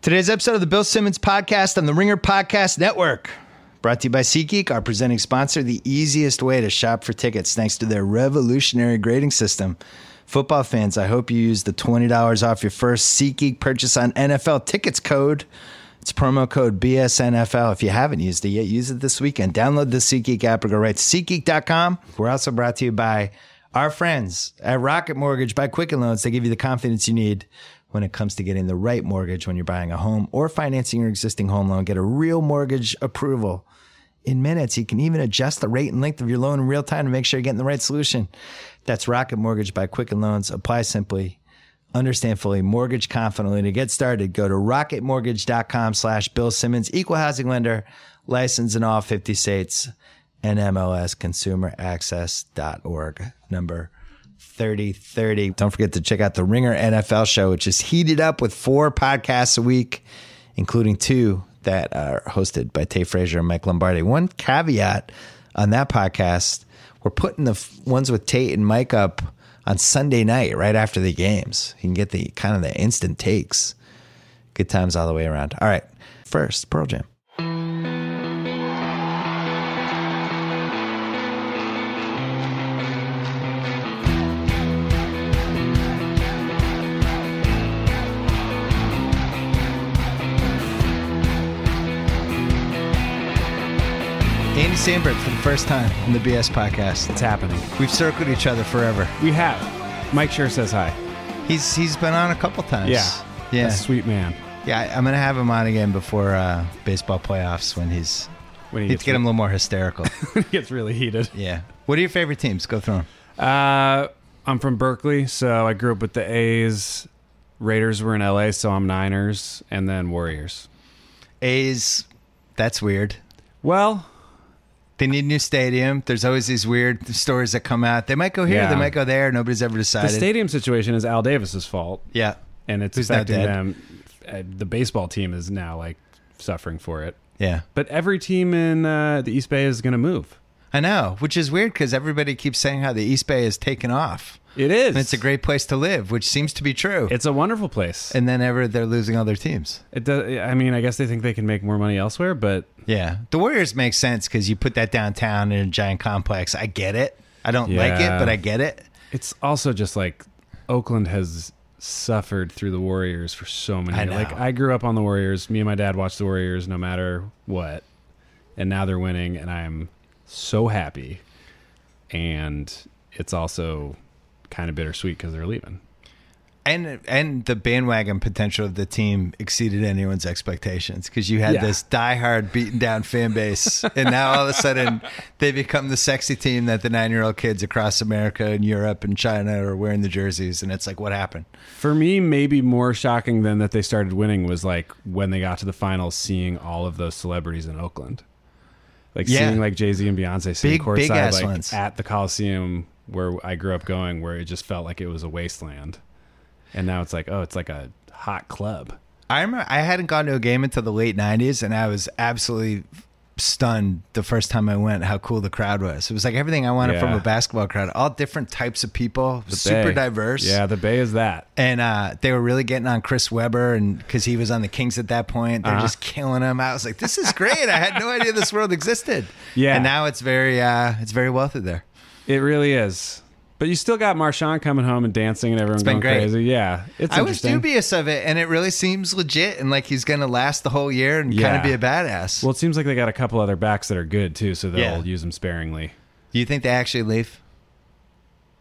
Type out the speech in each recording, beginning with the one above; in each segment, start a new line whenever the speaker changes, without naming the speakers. Today's episode of the Bill Simmons Podcast on the Ringer Podcast Network. Brought to you by SeatGeek, our presenting sponsor, the easiest way to shop for tickets thanks to their revolutionary grading system. Football fans, I hope you use the $20 off your first SeatGeek purchase on NFL tickets code. It's promo code BSNFL. If you haven't used it yet, use it this weekend. Download the SeatGeek app or go right to SeatGeek.com. We're also brought to you by our friends at Rocket Mortgage by Quicken Loans. They give you the confidence you need when it comes to getting the right mortgage when you're buying a home or financing your existing home loan. Get a real mortgage approval in minutes. You can even adjust the rate and length of your loan in real time to make sure you're getting the right solution. That's Rocket Mortgage by Quicken Loans. Apply simply. Understand fully, mortgage confidently. To get started, go to rocketmortgage.com slash Bill Simmons, equal housing lender, licensed in all 50 states, and MLS consumeraccess.org, number 3030. Don't forget to check out the Ringer NFL show, which is heated up with four podcasts a week, including two that are hosted by Tay Frazier and Mike Lombardi. One caveat on that podcast, we're putting the f- ones with Tate and Mike up on Sunday night right after the games. You can get the kind of the instant takes. Good times all the way around. All right. First, Pearl Jam. Andy Sandberg for the first time on the BS podcast.
It's happening.
We've circled each other forever.
We have. Mike sure says hi.
He's he's been on a couple times.
Yeah.
Yeah.
That's a sweet man.
Yeah, I- I'm gonna have him on again before uh, baseball playoffs when he's
When he
need to
gets,
get him a little more hysterical.
he gets really heated.
yeah. What are your favorite teams? Go through them.
Uh, I'm from Berkeley, so I grew up with the A's. Raiders were in LA, so I'm Niners, and then Warriors.
A's. That's weird.
Well,
They need a new stadium. There's always these weird stories that come out. They might go here.
Yeah.
They might go there. Nobody's ever
the
decided.
stadium situation is Al Davis's fault,
yeah.
and it's
Who's now
affecting
dead.
them. Uh, the baseball team is now like suffering for it.
Yeah.
But every team in uh, the East Bay is going to move.
I know, which is weird because everybody keeps saying how the East Bay is taken off.
It is.
And it's a great place to live, which seems to be true.
It's a wonderful place.
and then ever they're losing all their teams.
It does, I mean, I guess they think they can make more money elsewhere, but
Yeah. The Warriors make sense because you put that downtown in a giant complex. I get it. I don't like it,
Yeah.
but I get it.
It's also just like Oakland has suffered through the Warriors for so many.
I know.
Like I grew up on the Warriors. Me and my dad watched the Warriors no matter what, and now they're winning, and I'm so happy. And it's also kind of bittersweet because they're leaving.
And and the bandwagon potential of the team exceeded anyone's expectations because you had
Yeah.
this diehard, beaten down fan base, and now all of a sudden they become the sexy team that the nine year old kids across America and Europe and China are wearing the jerseys, and it's like, what happened?
For me, maybe more shocking than that they started winning was like when they got to the finals, seeing all of those celebrities in Oakland, like
Yeah.
seeing like Jay Z and Beyonce sitting
Big-
courtside
big ass
like,
ones.
at the Coliseum where I grew up going, where it just felt like it was a wasteland, and now it's like oh, it's like a hot club.
I remember I hadn't gone to a game until the late '90s, and I was absolutely stunned the first time I went how cool the crowd was. It was like everything I wanted from
Yeah.
a basketball crowd. All different types of people,
The
super
Bay.
diverse.
Yeah, the Bay is that.
And uh, they were really getting on Chris Webber, and because he was on the Kings at that point, they're
Uh-huh.
just killing him. I was like, "This is great! I had no idea this world existed."
Yeah.
and now it's very, uh, it's very wealthy there.
It really is. But you still got Marshawn coming home and dancing and everyone
been
going
great.
crazy. Yeah, it's
I was
interesting.
dubious of it, and it really seems legit, and like he's going to last the whole year and kind
Yeah.
of be a badass.
well,
Well,
it seems like they got a couple other backs that are good too, so they'll
Yeah.
use them sparingly.
do you think they actually leave?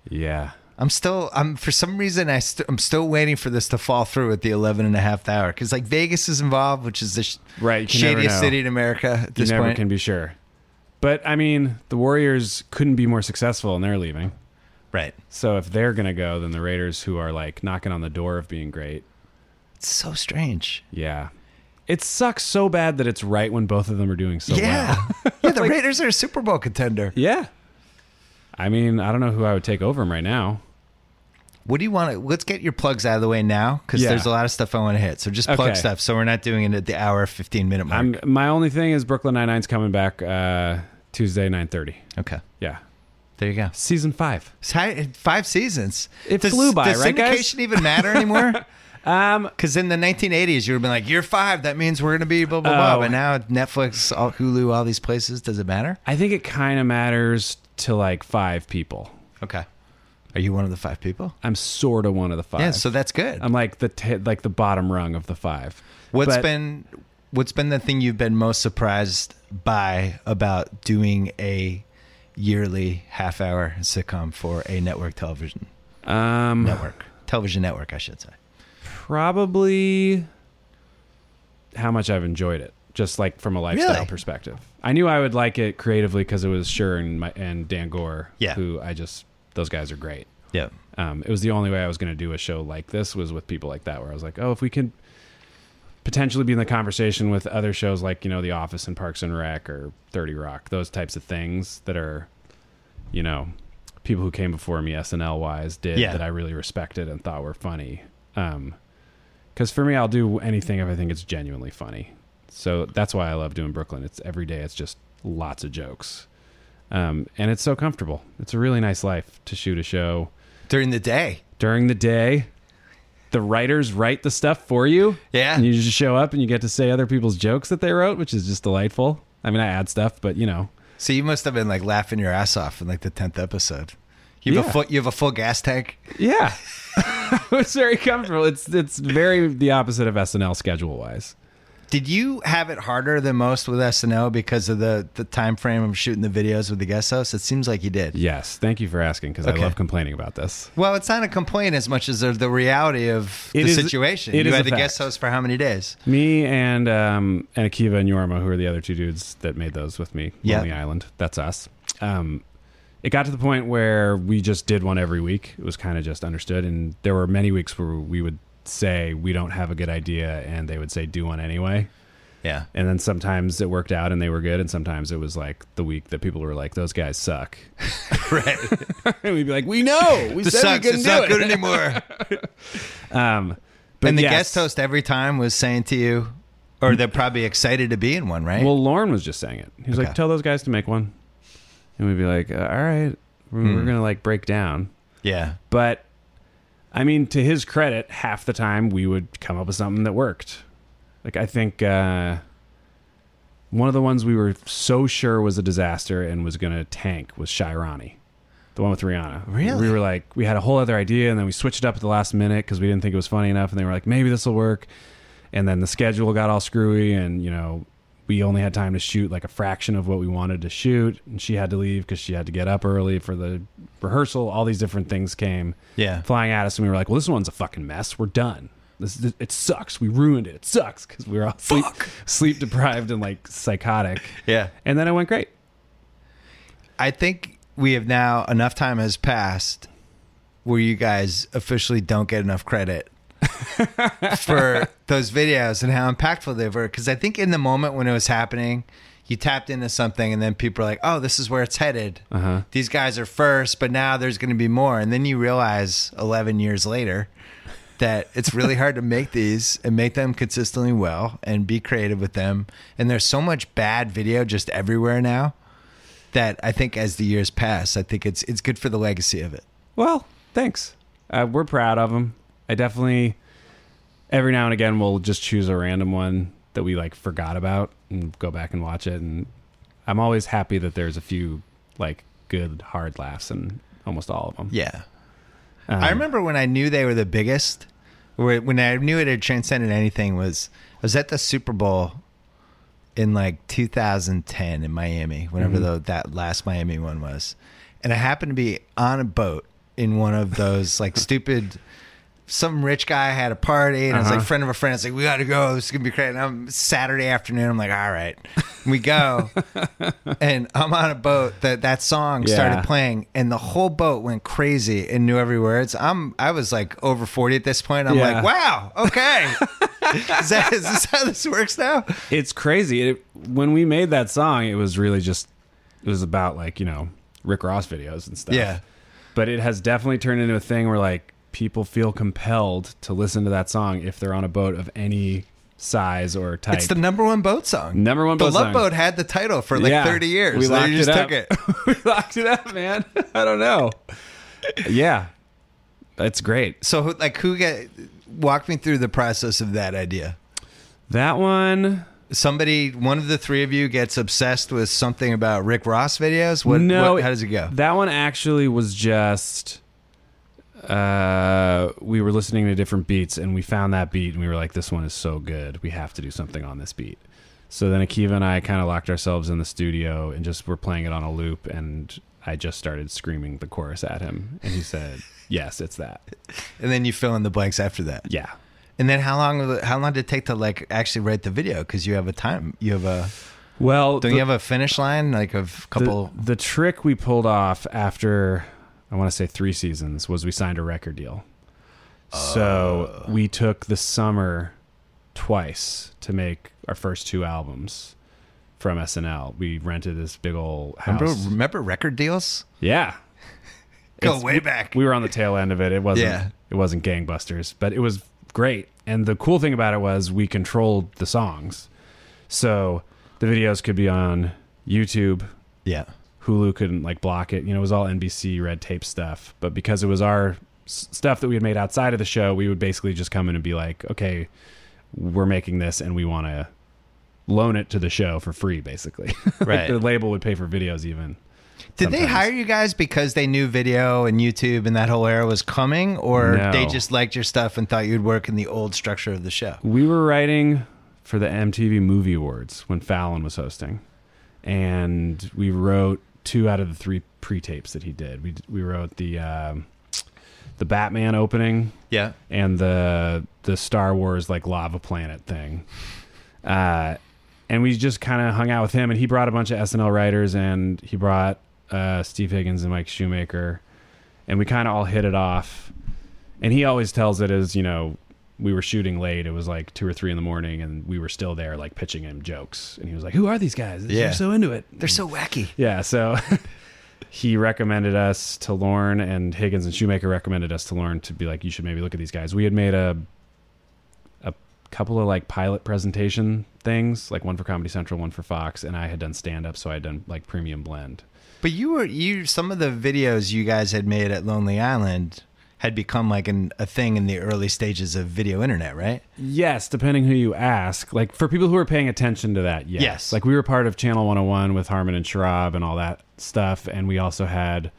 Yeah.
I'm still I'm for some reason I st- I'm still waiting for this to fall through at the 11 and a half hour cuz like Vegas is involved which is the sh-
Right, you can never
shadiest
know.
city in America at
you
this
never
point.
can be sure. But I mean, the Warriors couldn't be more successful, and they're leaving.
right.
So if they're gonna go, then the Raiders, who are like knocking on the door of being great,
It's so strange.
yeah, it sucks so bad that it's right when both of them are doing so
yeah.
well.
yeah, the Raiders are a Super Bowl contender.
Yeah. I mean, I don't know who I would take over them right now.
What do you want to let's get your plugs out of the way now cuz
Yeah.
there's a lot of stuff I want to hit. So just plug
Okay.
stuff so we're not doing it at the hour 15 minute mark.
I'm my only thing is Brooklyn Nine Nine's coming back uh, Tuesday nine thirty.
okay.
Yeah,
There you go.
season five.
It's high- 5 seasons.
It
does,
flew by,
does
right, guys?
syndication even matter anymore?
Um,
Because in the 1980s, you would have been like, "You're five. That means we're gonna be blah blah blah."
Oh.
But now Netflix, all, Hulu, all these places. Does it matter?
I think it kind of matters to like five people.
Okay. Are you one of the five people?
I'm sort of one of the five.
Yeah. So that's good.
I'm like the t- like the bottom rung of the five.
What's
But
been What's been the thing you've been most surprised by about doing a yearly half hour sitcom for a network television
um
network television network? I should say.
probably how much I've enjoyed it, just like from a lifestyle
Really?
perspective. I knew I would like it creatively because it was Sure and my, and Dan Gore,
Yeah.
who I just those guys are great.
Yeah.
um, it was the only way I was going to do a show like this was with people like that, where I was like, oh, if we can potentially be in the conversation with other shows like you know The Office and Parks and Rec or Thirty Rock, those types of things that are, you know, people who came before me SNL wise did
Yeah.
that I really respected and thought were funny. Um, because for me, I'll do anything if I think it's genuinely funny. So that's why I love doing Brooklyn. It's every day. It's just lots of jokes. Um, and it's so comfortable. It's a really nice life to shoot a show
During the day.
during the day. The writers write the stuff for you.
Yeah.
And you just show up and you get to say other people's jokes that they wrote, which is just delightful. I mean, I add stuff, but you know,
So you must have been like laughing your ass off in like the tenth episode. You have
Yeah.
a full, you have a full gas tank.
yeah. it's very comfortable. It's it's very the opposite of SNL schedule wise.
Did you have it harder than most with SNL because of the the time frame of shooting the videos with the guest host? It seems like you did.
Yes. Thank you for asking because
Okay.
I love complaining about this.
Well, it's not a complaint as much as the- the reality of
It
the
is-
situation.
it
you
is
had
a
the guest
fact.
host for how many days?
Me and um and Akiva and Yorma, who are the other two dudes that made those with me,
Yeah.
Lonely Island. That's us. Um it got to the point where we just did one every week. It was kind of just understood and there were many weeks where we would say we don't have a good idea and they would say do one anyway.
Yeah.
And then sometimes it worked out and they were good and sometimes it was like the week that people were like those guys suck.
Right.
and we'd be like, "We know. We
this
said
sucks.
we
It's
couldn't
not
do
good
it."
anymore.
Um but
and the
yes.
guest host every time was saying to you, or they're probably excited to be in one, right?
Well, Lauren was just saying it. He was
Okay.
like, "Tell those guys to make one," and we'd be like, "Uh, "All right, we're, we're gonna like break down."
yeah.
But I mean, to his credit, half the time we would come up with something that worked. Like I think uh, one of the ones we were so sure was a disaster and was gonna tank was Shirani. The one with Rihanna.
Really?
We were like, we had a whole other idea, and then we switched it up at the last minute because we didn't think it was funny enough. And they were like, maybe this will work and then the schedule got all screwy and you know we only had time to shoot like a fraction of what we wanted to shoot and she had to leave because she had to get up early for the rehearsal all these different things came
Yeah.
flying at us and we were like well this one's a fucking mess we're done this, this- it sucks we ruined it it sucks because we were all sleep, sleep deprived and like psychotic
Yeah.
and then it went great
I think we have now enough time has passed where you guys officially don't get enough credit for those videos and how impactful they were. Because I think in the moment when it was happening, you tapped into something, and then people are like, "Oh, this is where it's headed."
uh-huh
These guys are first, but now there's going to be more. And then you realize 11 years later that it's really hard to make these and make them consistently well and be creative with them. And there's so much bad video just everywhere now that I think as the years pass, I think it's it's good for the legacy of it.
Well, thanks. Uh, we're proud of them. I definitely, every now and again, we'll just choose a random one that we like forgot about and go back and watch it. And I'm always happy that there's a few like good hard laughs in almost all of them.
Yeah.
Um,
I remember when I knew they were the biggest, or when I knew it had transcended anything was I was at the Super Bowl in like 2010 in Miami, whenever
Mhm.
tho- that last Miami one was, and I happened to be on a boat in one of those like stupid. Some rich guy had a party, and I was like,
Uh-huh.
friend of a friend. It's like, we got to go. This is gonna be great. And I'm Saturday afternoon. I'm like, all right, we go. and I'm on a boat that that song
Yeah.
started playing and the whole boat went crazy and knew every words. I'm I was like over 40 at this point. I'm
Yeah.
like, wow, okay. is, that, is this how this works now?
It's crazy. It, when we made that song, it was really just, it was about like, you know, Rick Ross videos and stuff.
Yeah.
But it has definitely turned into a thing where like people feel compelled to listen to that song if they're on a boat of any size or type.
It's the number one boat song.
Number one
the
boat
Love
song.
Boat had the title for like
Yeah.
30 years.
We
They
locked
just
it
took it.
up. we locked it up, man. I don't know. Yeah, that's great.
So who- like who get walk me through the process of that idea.
That one.
Somebody, one of the three of you, gets obsessed with something about Rick Ross videos. What?
no,
what- how does it go?
That one actually was just uh we were listening to different beats and we found that beat and we were like this one is so good we have to do something on this beat so then akiva and i kind of locked ourselves in the studio and just were playing it on a loop and i just started screaming the chorus at him and he said yes it's that
And then you fill in the blanks after that.
yeah
And then how long? How long did it take to like actually write the video? Because you have a time. You have a.
well
Don't
the-
you have a finish line like of couple?
The, the trick we pulled off after, I want to say three seasons, was we signed a record deal. So
Uh.
we took the summer twice to make our first two albums from SNL. We rented this big old house.
remember, remember record deals?
yeah,
Go
It's-
way back.
we were on the tail end of it. It wasn't.
Yeah.
It wasn't gangbusters, but it was great. And the cool thing about it was we controlled the songs, so the videos could be on YouTube
yeah.
Hulu couldn't like block it. You know, it was all NBC red tape stuff. But because it was our s- stuff that we had made outside of the show, we would basically just come in and be like, okay, we're making this and we want to loan it to the show for free, basically. Like,
Right.
the label would pay for videos even.
Did they
sometimes.
hire you guys because they knew video and YouTube and that whole era was coming, or
No.
they just liked your stuff and thought you'd work in the old structure of the show?
We were writing for the MTV Movie Awards when Fallon was hosting, and we wrote two out of the three pre-tapes that he did. We we wrote the um, the Batman opening
Yeah.
and the the Star Wars like lava planet thing. Uh, and we just kind of hung out with him, and he brought a bunch of SNL writers, and he brought uh, Steve Higgins and Mike Shoemaker, and we kind of all hit it off. And he always tells it as you know we were shooting late; it was like two or three in the morning, and we were still there, like pitching him jokes. And he was like, "Who are these guys?
Yeah.
You're so into it."
They're so wacky.
Yeah, so he recommended us to Lorne, and Higgins and Shoemaker recommended us to Lorne to be like, you should maybe look at these guys. We had made a a couple of like pilot presentation things, like one for Comedy Central, one for Fox, and I had done stand up, so I had done like Premium Blend.
But you were you some of the videos you guys had made at Lonely Island had become like an, a thing in the early stages of video internet, right?
Yes, depending who you ask. Like for people who are paying attention to that, yes.
Yes.
Like we were part of Channel 101 with Harmon and Sharab and all that stuff, and we also had,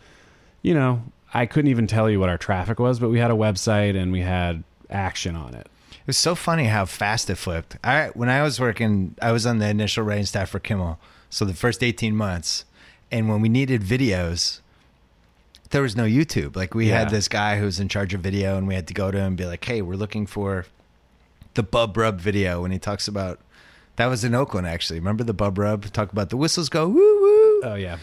you know, I couldn't even tell you what our traffic was, but we had a website and we had action on it.
It was so funny how fast it flipped. I when I was working, I was on the initial writing staff for Kimmel, so the first eighteen months, and when we needed videos, there was no YouTube. Like we had
Yeah.
this guy who was in charge of video, and we had to go to him and be like, "Hey, we're looking for the Bub Rub video." When he talks about that was in Oakland, actually. Remember the Bub Rub? Talk about the whistles go woo woo.
Oh yeah.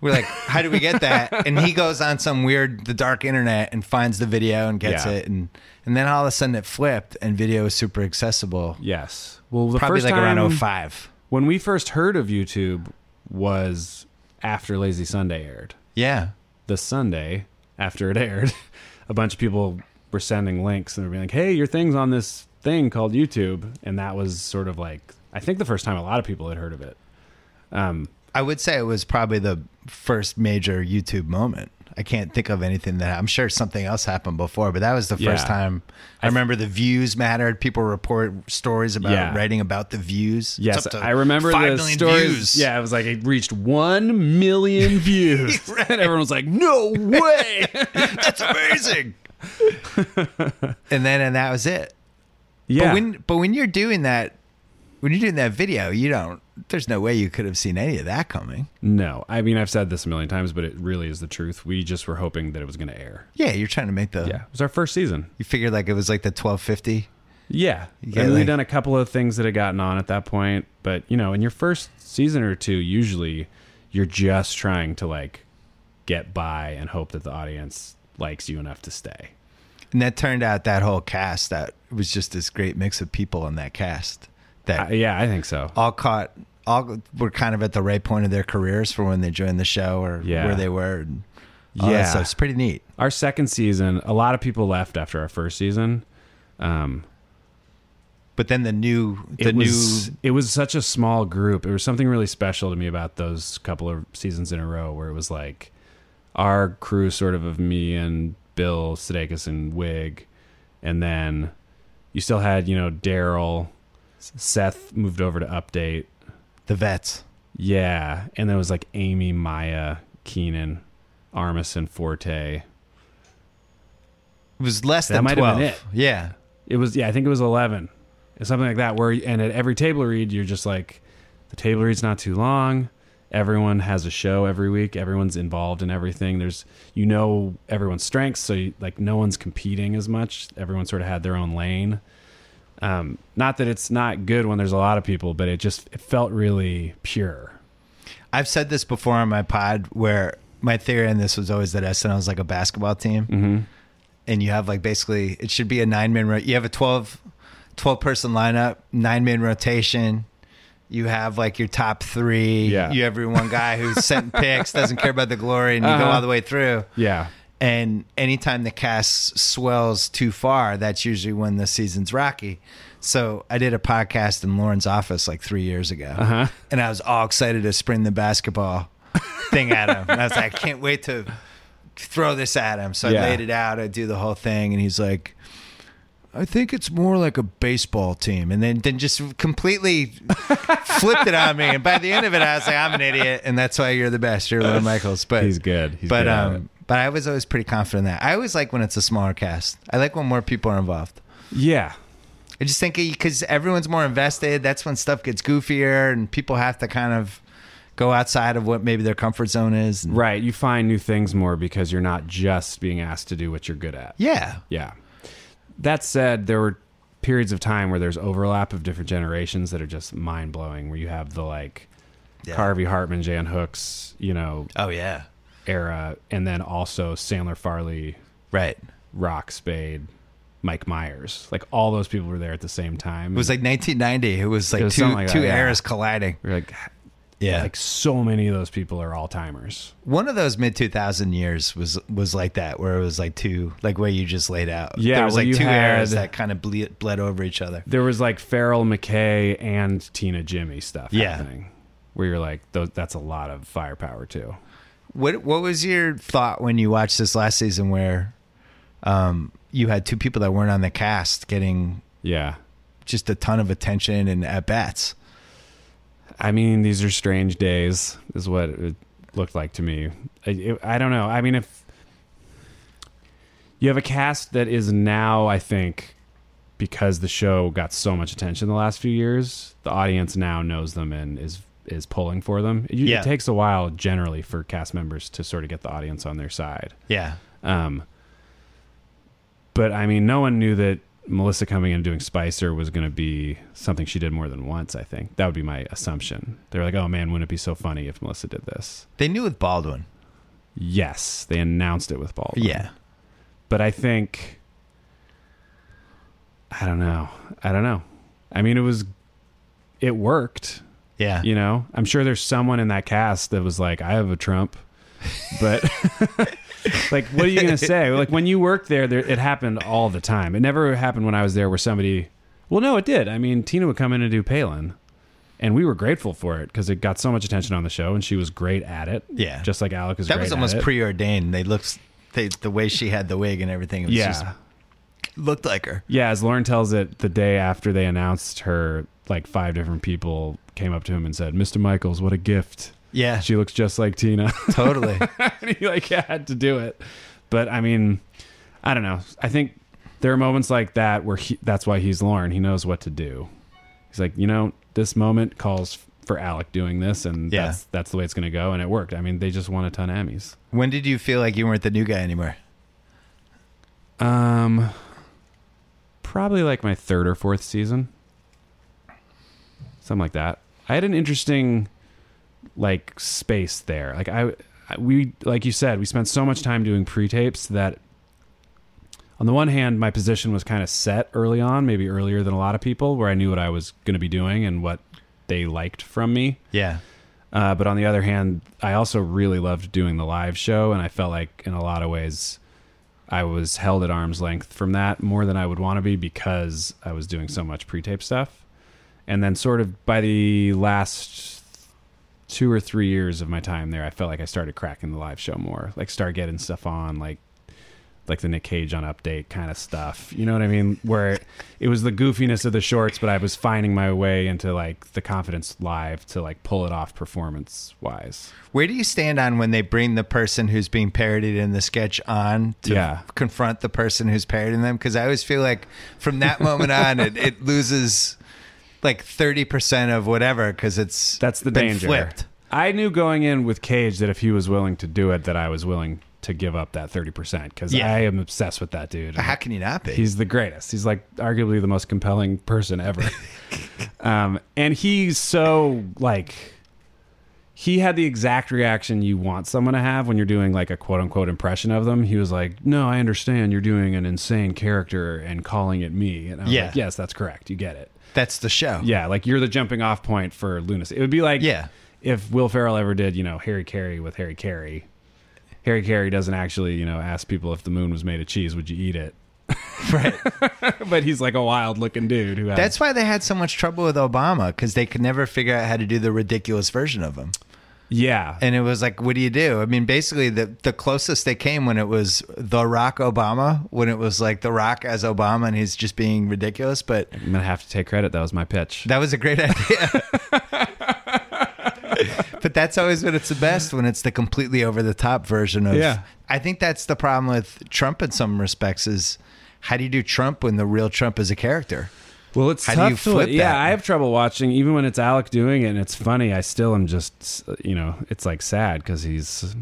We're like, how do we get that? And he goes on some weird, the dark internet and finds the video and gets
Yeah.
it. And, and then all of a sudden it flipped and video is super accessible.
Yes. Well, the
Probably
first
like
time
around 05.
when we first heard of YouTube was after Lazy Sunday aired.
Yeah.
The Sunday after it aired, a bunch of people were sending links and they were being like, "Hey, your thing's on this thing called YouTube," and that was sort of like I think the first time a lot of people had heard of it. Um,
I would say it was probably the first major YouTube moment. I can't think of anything that I'm sure something else happened before, but that was the first
Yeah.
time. I,
I-
remember the views mattered. People report stories about
Yeah.
writing about the views. It's
yes,
up to
I remember
five
the
million
stories.
views.
Yeah, it was like it reached one million views, and everyone was like, "No way!"
That's amazing. and then, and that was it.
yeah,
But when but when you're doing that, when you're doing that video, you don't. There's no way you could have seen any of that coming.
No, I mean I've said this a million times, but it really is the truth. We just were hoping that it was going to air.
Yeah, you're trying to make the.
it was our first season.
You figured like it was like the 1250.
Yeah, and
get, like-
we'd done a couple of things that had gotten on at that point, but you know, in your first season or two, usually you're just trying to like get by and hope that the audience likes you enough to stay.
And that turned out that whole cast that it was just this great mix of people on that cast that
I, yeah, I think so.
all caught all were kind of at the right point of their careers for when they joined the show or
Yeah.
where they were. And all that
Yeah.
stuff. it's pretty neat.
Our second season, a lot of people left after our first season. Um,
But then the new the
it
new
was it was such a small group. It was something really special to me about those couple of seasons in a row where it was like our crew sort of of me and Bill Sudeikis and Wig and then you still had you know Daryl, Seth moved over to update.
The vets.
Yeah, and there was like Amy, Maya, Keenan, Armisen, Forte.
It was less
That
than
might have
12.
been
Yeah.
It was yeah, I think it was eleven, or something like that. Where and at every table read, you're just like, the table read's not too long. Everyone has a show every week. Everyone's involved in everything. There's you know everyone's strengths, so you, like no one's competing as much. Everyone sort of had their own lane. Um, not that it's not good when there's a lot of people, but it just it felt really pure.
I've said this before on my pod where my theory on this was always that SNL is like a basketball team. Mm-hmm. And you have like basically, it should be a nine man, ro- you have a 12, 12 person lineup, nine man rotation. You have like your top three.
Yeah.
You have your one guy who's sent picks, doesn't care about the glory, and you go
Uh-huh.
all the way through.
Yeah,
And anytime the cast swells too far, that's usually when the season's rocky. So I did a podcast in Lauren's office like three years ago,
Uh-huh.
and I was all excited to spring the basketball thing at him. And I was like, I can't wait to throw this at him. So I
Yeah.
laid it out. I do the whole thing, and he's like. I think it's more like a baseball team, and then then just completely flipped it on me. And by the end of it, I was like, "I'm an idiot," and that's why you're the best. You're Lou Michaels, but
he's good. He's
but
good at it.
um, but I was always pretty confident in that. I always like when it's a smaller cast. I like when more people are involved.
yeah,
I just think because everyone's more invested, that's when stuff gets goofier and people have to kind of go outside of what maybe their comfort zone is. And-
right. You find new things more because you're not just being asked to do what you're good at.
Yeah,
Yeah. That said, there were periods of time where there's overlap of different generations that are just mind blowing. Where you have the like
Yeah.
Harvey Hartman, Jan Hooks, you know,
Oh yeah.
era, and then also Sandler, Farley,
Right.
Rock Spade, Mike Myers. Like all those people were there at the same time.
It was like 1990. It was like
was
two
something like
two
that, yeah.
eras colliding.
You're like,
Yeah.
like so many of those people are all timers.
one of those mid 2000 years was was like that where it was like two like what you just laid out.
Yeah,
There was
where
like
you
two
had-
eras that kind of ble- bled over each other.
There was like Farrell McKay and Tina Jimmy stuff
Yeah.
happening. Where you're like, "Tho- that's a lot of firepower too.
What What was your thought when you watched this last season, where um, you had two people that weren't on the cast getting
Yeah.
just a ton of attention and at bats?
I mean, these are strange days, is what it looked like to me. I, it- I don't know. I mean, if you have a cast that is now, I think, because the show got so much attention the last few years, the audience now knows them and is is pulling for them. It,
Yeah.
it takes a while generally for cast members to sort of get the audience on their side.
Yeah,
Um, but I mean, no one knew that Melissa coming in and doing Spicer was going to be something she did more than once. I think that would be my assumption. They're like, "Oh man, wouldn't it be so funny if Melissa did this?"
they knew with Baldwin.
Yes, they announced it with Baldwin.
Yeah,
but I think I don't know. I don't know. I mean, it was it worked.
yeah.
You know, I'm sure there's someone in that cast that was like, I have a Trump, but like, what are you gonna say? Like when you worked there, there, it happened all the time. It never happened when I was there where somebody. Well, no, it did. I mean, Tina would come in and do Palin, and we were grateful for it because it got so much attention on the show, and she was great at it.
Yeah.
just like Alec is.
that
great
was
at
almost
it.
preordained. They looked they, the way she had the wig and everything. It was
Yeah,
just looked like her.
yeah. As Lauren tells it, the day after they announced her, like five different people came up to him and said, "Mr. Michaels, what a gift!
Yeah,
She looks just like Tina."
totally.
and he like had to do it. But I mean, I don't know. I think there are moments like that where he, that's why he's Lauren. He knows what to do. He's like, you know, this moment calls for Alec doing this, and
Yeah.
that's that's the way it's going to go. And it worked. I mean, they just won a ton of Emmys.
when did you feel like you weren't the new guy anymore?
Um, probably like my third or fourth season, something like that. I had an interesting like space there. Like I, I we like you said, we spent so much time doing pre-tapes that on the one hand, my position was kind of set early on, maybe earlier than a lot of people, where I knew what I was going to be doing and what they liked from me.
Yeah,
Uh, but on the other hand, I also really loved doing the live show, and I felt like in a lot of ways, I was held at arm's length from that more than I would want to be because I was doing so much pre-tape stuff. And then, sort of by the last two or three years of my time there, I felt like I started cracking the live show more, like start getting stuff on, like like the Nick Cage on update kind of stuff. You know what I mean? Where it was the goofiness of the shorts, but I was finding my way into like the confidence live to like pull it off performance wise.
Where do you stand on when they bring the person who's being parodied in the sketch on to
Yeah.
confront the person who's parodying them? Because I always feel like from that moment on, it, it loses like 30% of whatever because it's
That's the
been
danger.
flipped.
I knew going in with Cage that if he was willing to do it, that I was willing to give up that thirty percent because
Yeah.
I am obsessed with that dude.
How can you not be?
He's the greatest. He's like arguably the most compelling person ever. um, and he's so like he had the exact reaction you want someone to have when you're doing like a quote unquote impression of them. He was like, "No, I understand. You're doing an insane character and calling it me." And I was
Yeah.
like, "Yes, that's correct. You get it."
That's the show.
Yeah, like you're the jumping off point for lunacy. It would be like
Yeah.
if Will Ferrell ever did, you know, Harry Carey with Harry Carey. Harry Carey doesn't actually, you know, ask people if the moon was made of cheese, would you eat it?
Right.
but he's like a wild looking dude who has
That's why they had so much trouble with Obama because they could never figure out how to do the ridiculous version of him.
yeah
And it was like, what do you do? I mean, basically, the, the closest they came when it was The Rock Obama, when it was like The Rock as Obama and he's just being ridiculous. But
i'm gonna have to take credit that was my pitch
that was a great idea. but that's always when it's the best, when it's the completely over the top version of.
Yeah.
I think that's the problem with Trump in some respects is how do you do Trump when the real Trump is a character?
well it's
How do
tough
you
to-
flip
yeah
that?
i have trouble watching even when it's alec doing it and it's funny i still am just you know it's like sad because he's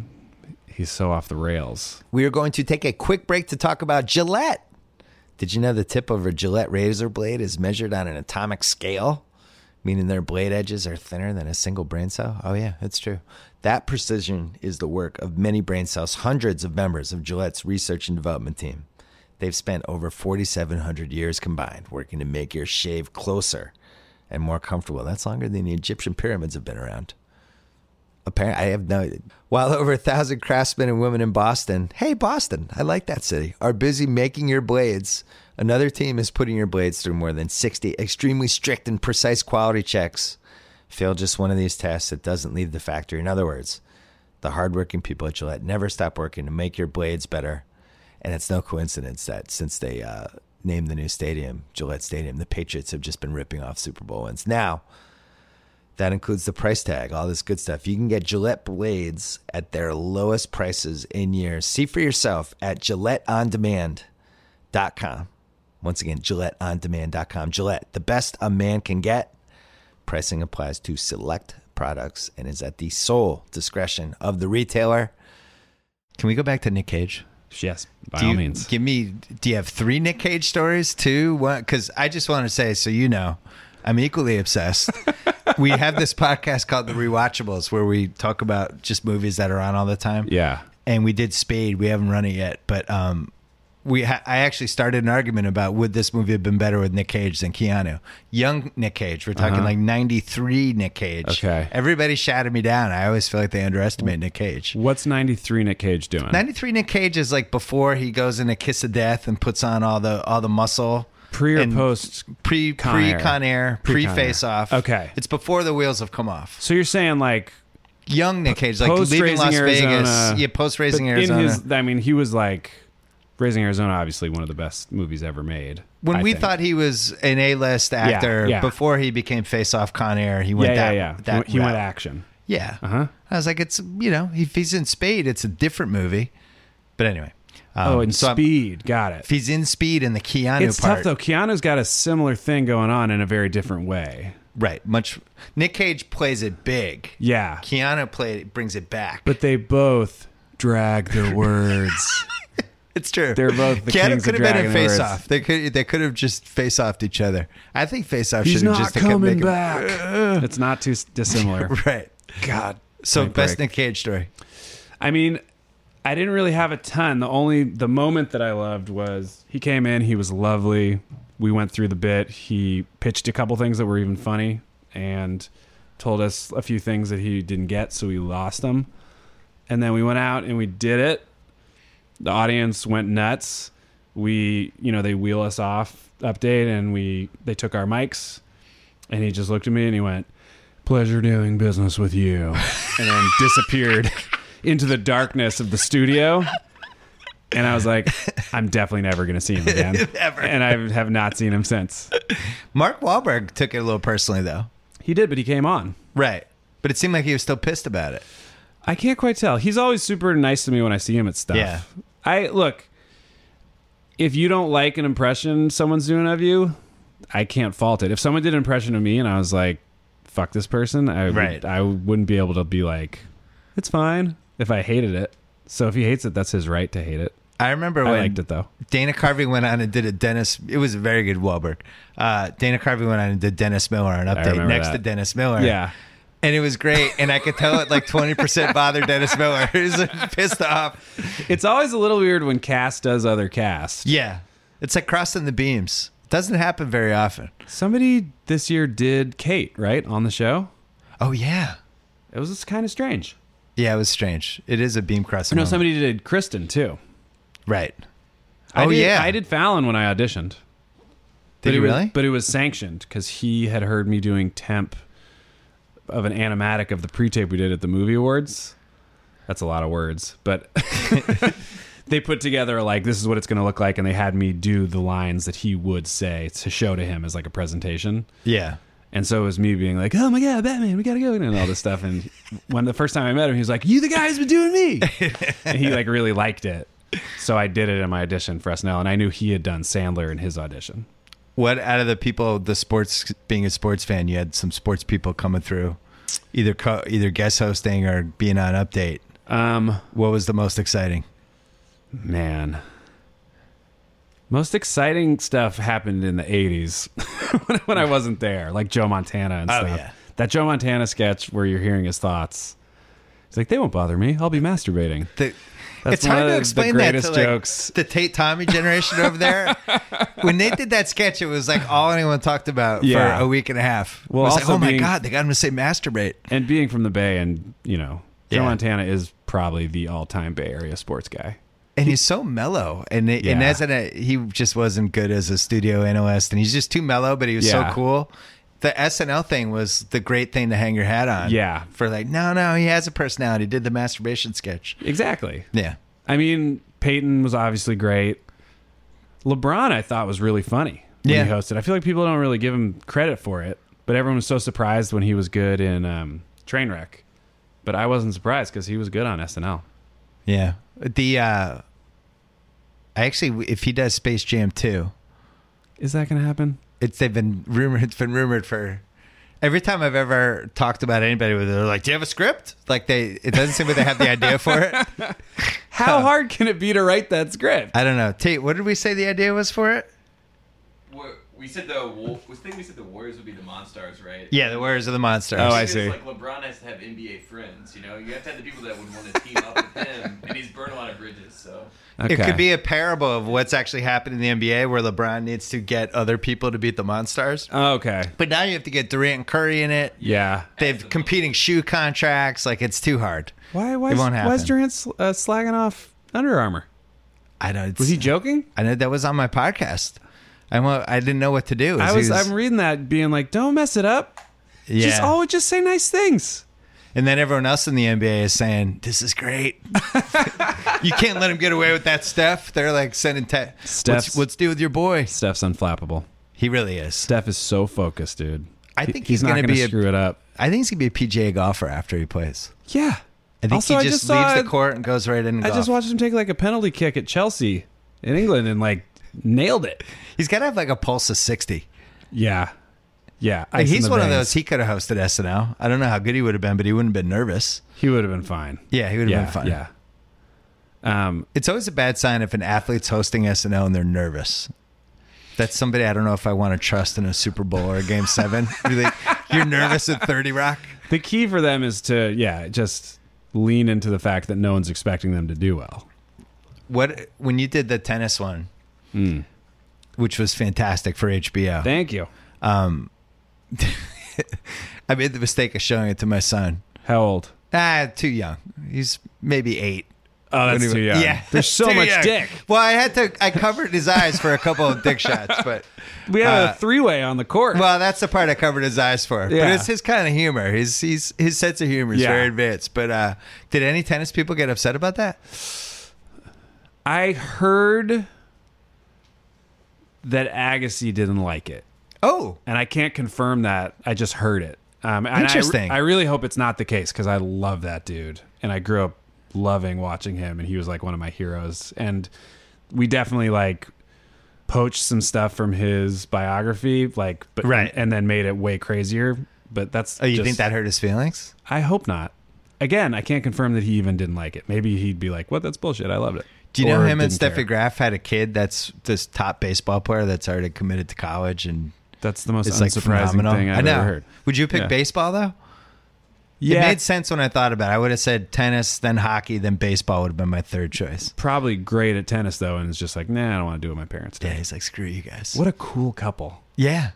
he's so off the rails
We are going to take a quick break to talk about Gillette. Did you know the tip of a Gillette razor blade is measured on an atomic scale? Meaning their blade edges are thinner than a single brain cell? Oh, yeah, that's true. That precision is the work of many brain cells, hundreds of members of Gillette's research and development team. They've spent over 4,700 years combined working to make your shave closer and more comfortable. That's longer than the Egyptian pyramids have been around apparently I have no. While over a thousand craftsmen and women in Boston, hey Boston, I like that city, are busy making your blades, another team is putting your blades through more than sixty extremely strict and precise quality checks. Fail just one of these tests, it doesn't leave the factory. In other words, the hardworking people at Gillette never stop working to make your blades better. And it's no coincidence that since they uh, named the new stadium Gillette Stadium, the Patriots have just been ripping off Super Bowl wins. Now, that includes the price tag, all this good stuff. You can get Gillette blades at their lowest prices in years. See for yourself at GilletteOnDemand.com. Once again, GilletteOnDemand.com. Gillette, the best a man can get. Pricing applies to select products and is at the sole discretion of the retailer. Can we go back to Nick Cage?
yes by
do
all
you,
means
Give me. Do you have three Nick Cage stories? Two? One? Because I just want to say, so you know, I'm equally obsessed. we have this podcast called The Rewatchables, where we talk about just movies that are on all the time.
yeah
And we did Spade. We haven't run it yet, but um, we ha- I actually started an argument about would this movie have been better with Nick Cage than Keanu? Young Nick Cage. We're talking like '93 Nick Cage.
Uh-huh. Okay.
Everybody shouted me down. I always feel like they underestimate Nick Cage.
what's 93 nick cage doing
93 Nick Cage is like before he goes into Kiss of Death and puts on all the all the muscle.
pre or
and
post
Pre
Con
pre
Air.
Con Air, pre
Pre-Con Air.
Face Off.
Okay.
It's before the wheels have come off.
so you're saying like
Young Nick Cage, like
Post
leaving
Raising
Las
Arizona.
Vegas. Yeah, post
but
raising
in
Arizona.
his i mean he was like raising arizona obviously one of the best movies ever made
when
I
we
think.
thought he was an A list actor
yeah.
before he became Face Off Con Air, he went
yeah
that,
yeah yeah
that
he went
route.
action
Yeah.
uh-huh
I was like, it's you know, if he's in Spade, it's a different movie. But anyway. Um,
oh, and
so I'm-
speed. Got it.
if he's in Speed and the Keanu
It's
part.
tough though. Keanu's got a similar thing going on in a very different way.
Right. Much Nick Cage plays it big.
Yeah.
Keanu played brings it back.
But they both drag their words.
it's true.
they're both the
Keanu
kings
could
of
have been in
Dragon
face
Earth.
off. They could they could have just face offed each other. I think face off
He's
should have
not
just they kept
coming
making-
back. it's not too s- dissimilar.
Right.
God.
So
Point
best
Break.
Nick Cage story.
I mean, I didn't really have a ton. The only the moment that I loved was he came in, he was lovely. We went through the bit. He pitched a couple things that were even funny and told us a few things that he didn't get, so we lost them. And then we went out and we did it. The audience went nuts. We, you know, they wheel us off update and we they took our mics and he just looked at me and he went, "Pleasure doing business with you," and then disappeared into the darkness of the studio. And I was like, I'm definitely never going to see him again.
Ever.
And I have not seen him since.
Mark Wahlberg took it a little personally though.
He did, but he came on.
Right. But it seemed like he was still pissed about it.
I can't quite tell. He's always super nice to me when I see him at stuff.
Yeah.
I look. If you don't like an impression someone's doing of you, I can't fault it. If someone did an impression of me and I was like, "Fuck this person," I would-
Right.
I wouldn't be able to be like, "It's fine." If I hated it, so if he hates it, that's his right to hate it.
I remember
I
when
liked it though.
Dana Carvey went on and did a Dennis. It was a very good Wahlberg. Uh, Dana Carvey went on and did Dennis Miller an update
remember
next
that.
to Dennis Miller.
Yeah.
and it was great. And I could tell it like twenty percent bothered Dennis Miller. He was like, pissed off.
It's always a little weird when cast does other cast.
Yeah, it's like crossing the beams. Doesn't happen very often.
Somebody this year did Kate, right, on the show?
Oh yeah,
It was just kind of strange.
yeah. It was strange. It is a beam crossing.
No,
moment.
somebody did Kristen too.
right.
I
Oh,
did,
yeah.
I did Fallon when I auditioned.
Did
but
you
it was-
really?
but it was sanctioned because he had heard me doing temp of an animatic of the pre-tape we did at the movie awards. That's a lot of words, but they put together like this is what it's going to look like, and they had me do the lines that he would say to show to him as like a presentation.
yeah.
And so it was me being like, "Oh my god, Batman, we gotta go," and all this stuff. And when the first time I met him, he was like, "You the guy who's been doing me," and he like really liked it. So I did it in my audition for SNL, and I knew he had done Sandler in his audition.
What out of the people, the sports being a sports fan, you had some sports people coming through, either co- either guest hosting or being on update.
Um,
What was the most exciting?
man, most exciting stuff happened in the '80s when, when I wasn't there, like Joe Montana and
Oh,
stuff.
yeah.
That Joe Montana sketch where you're hearing his thoughts. He's like, "They won't bother me. I'll be masturbating."
The,
That's
it's hard
one of
to
the
explain that to
greatest
like,
jokes.
the Tate Tommy generation over there. when they did that sketch, it was like all anyone talked about
Yeah.
for a week and a half.
Well,
It was like,
also
oh my
being-
god, they got him to say masturbate.
And being from the Bay, and you know, Joe
Yeah.
Montana is probably the all-time Bay Area sports guy.
And he's so mellow, and it, and
Yeah.
as an, he just wasn't good as a studio analyst, and he's just too mellow. But he was
Yeah.
so cool. The SNL thing was the great thing to hang your hat on.
Yeah.
for like, no, no, he has a personality. Did the masturbation sketch?
Exactly.
Yeah,
I mean, Peyton was obviously great. LeBron, I thought, was really funny when
Yeah.
he hosted. I feel like people don't really give him credit for it, but everyone was so surprised when he was good in um, Trainwreck. But I wasn't surprised because he was good on SNL.
yeah. The uh, I actually, if he does Space Jam two,
Is that going to happen?
it's they've been rumored. It's been rumored for every time I've ever talked about anybody with it. They're like, "Do you have a script?" Like they, it doesn't seem like they have the idea for it.
How hard can it be to write that script?
I don't know. Tate, what did we say the idea was for it?
Wa- We said the Wolf. We think we said the Warriors would be the Monstars, right?
Yeah, the Warriors of the Monsters.
Oh, I
Because,
see.
Like LeBron has to have NBA friends, you know. You have to have the people that would want to team up with him, and he's burned a lot of bridges. So
It could be a parable of what's actually happened in the NBA where LeBron needs to get other people to beat the Monstars.
Okay.
Um, But now you have to get Durant and Curry in it.
Yeah.
They have competing shoe contracts. Like, it's too hard.
Why? Why?
It
is-
won't
why is
happen.
Durant sl- uh, slagging off Under Armour?
I know. It's,
Was he joking?
I know that was on my podcast. I, wa- I didn't know what to do.
I
He
was, I'm reading that, being like, "Don't mess it up.
yeah.
Just always just say nice things."
and then everyone else in the NBA is saying, this is great. you can't let him get away with that, Steph. They're like sending text.
Steph's-
What's, what's do with your boy?
Steph's unflappable.
He really is.
Steph is so focused, dude.
I
He-
think
he's,
he's
not
gonna
going
be
to
a-
screw it up.
I think he's going to be a PGA golfer after he plays.
Yeah.
I think
also,
he just,
I
leaves
just saw,
the court and goes right in. And
I just watched him take like a penalty kick at Chelsea in England and like nailed it.
He's got to have like a pulse of sixty.
Yeah. Yeah.
Like,
ice in
he's
the
one of
veins.
those. He could have hosted SNL. I don't know how good he would have been, but he wouldn't have been nervous.
He would have been fine.
Yeah, he would have
Yeah.
been fine.
Yeah. Um,
It's always a bad sign if an athlete's hosting SNL and they're nervous. That's somebody I don't know if I want to trust in a Super Bowl or a Game Seven. Be like, You're nervous at Thirty Rock.
the key for them is to, yeah, just lean into the fact that no one's expecting them to do well.
What when you did the tennis one, which was fantastic for HBO.
Hmm. Thank you.
I made the mistake of showing it to my son.
How old?
Ah, too young. He's maybe eight.
Oh, that's
Anyway,
too young.
Yeah,
There's so
Too
much
young.
dick.
Well, I had to. I covered his eyes for a couple of dick shots, but
We have
Uh,
a three way on the court.
well, that's the part I covered his eyes for. But
Yeah.
it's his kind of humor. His he's his sense of humor is
Yeah.
very advanced. But uh, did any tennis people get upset about that?
I heard that Agassi didn't like it,
Oh,
and I can't confirm that. I just heard it. Um, and I-
Interesting.
I, really hope it's not the case because I love that dude, and I grew up loving watching him, and he was like one of my heroes. And we definitely like poached some stuff from his biography, like but
Right.
and then made it way crazier. But that's
oh, you
just-
think that hurt his feelings?
I hope not. Again, I can't confirm that he even didn't like it. Maybe he'd be like, "What? That's bullshit. I loved it."
Do you know
Or
him and
didn't
Steffi
care.
Graf had a kid that's this top baseball player that's already committed to college and
That's the most
it's like
unsurprising
phenomenal.
thing I've
I know.
ever heard.
Would you pick
Yeah.
baseball though? It
Yeah,
made sense when I thought about it. I would have said tennis, then hockey, then baseball would have been my third choice.
probably great at tennis though, and it's just like, nah, I don't want to do what my parents did.
Yeah, he's like, screw you guys.
What a cool couple.
Yeah.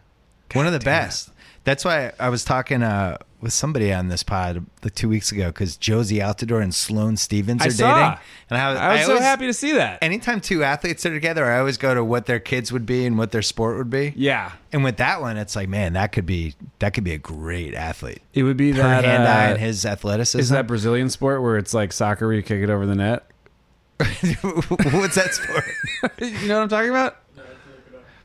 One of the
damn it.
best. That's why I was talking uh, with somebody on this pod like two weeks ago because Josie Altador and Sloane Stevens
I
are
saw.
dating. And I was,
I was so
always-
happy to see that.
Anytime two athletes are together, I always go to what their kids would be and what their sport would be.
yeah,
And with that one, it's like, man, that could be that could be a great athlete.
it would be
Her
that.
hand
uh,
eye and his athleticism.
is that Brazilian sport where it's like soccer where you kick it over the net?
what's that sport?
you know what I'm talking about?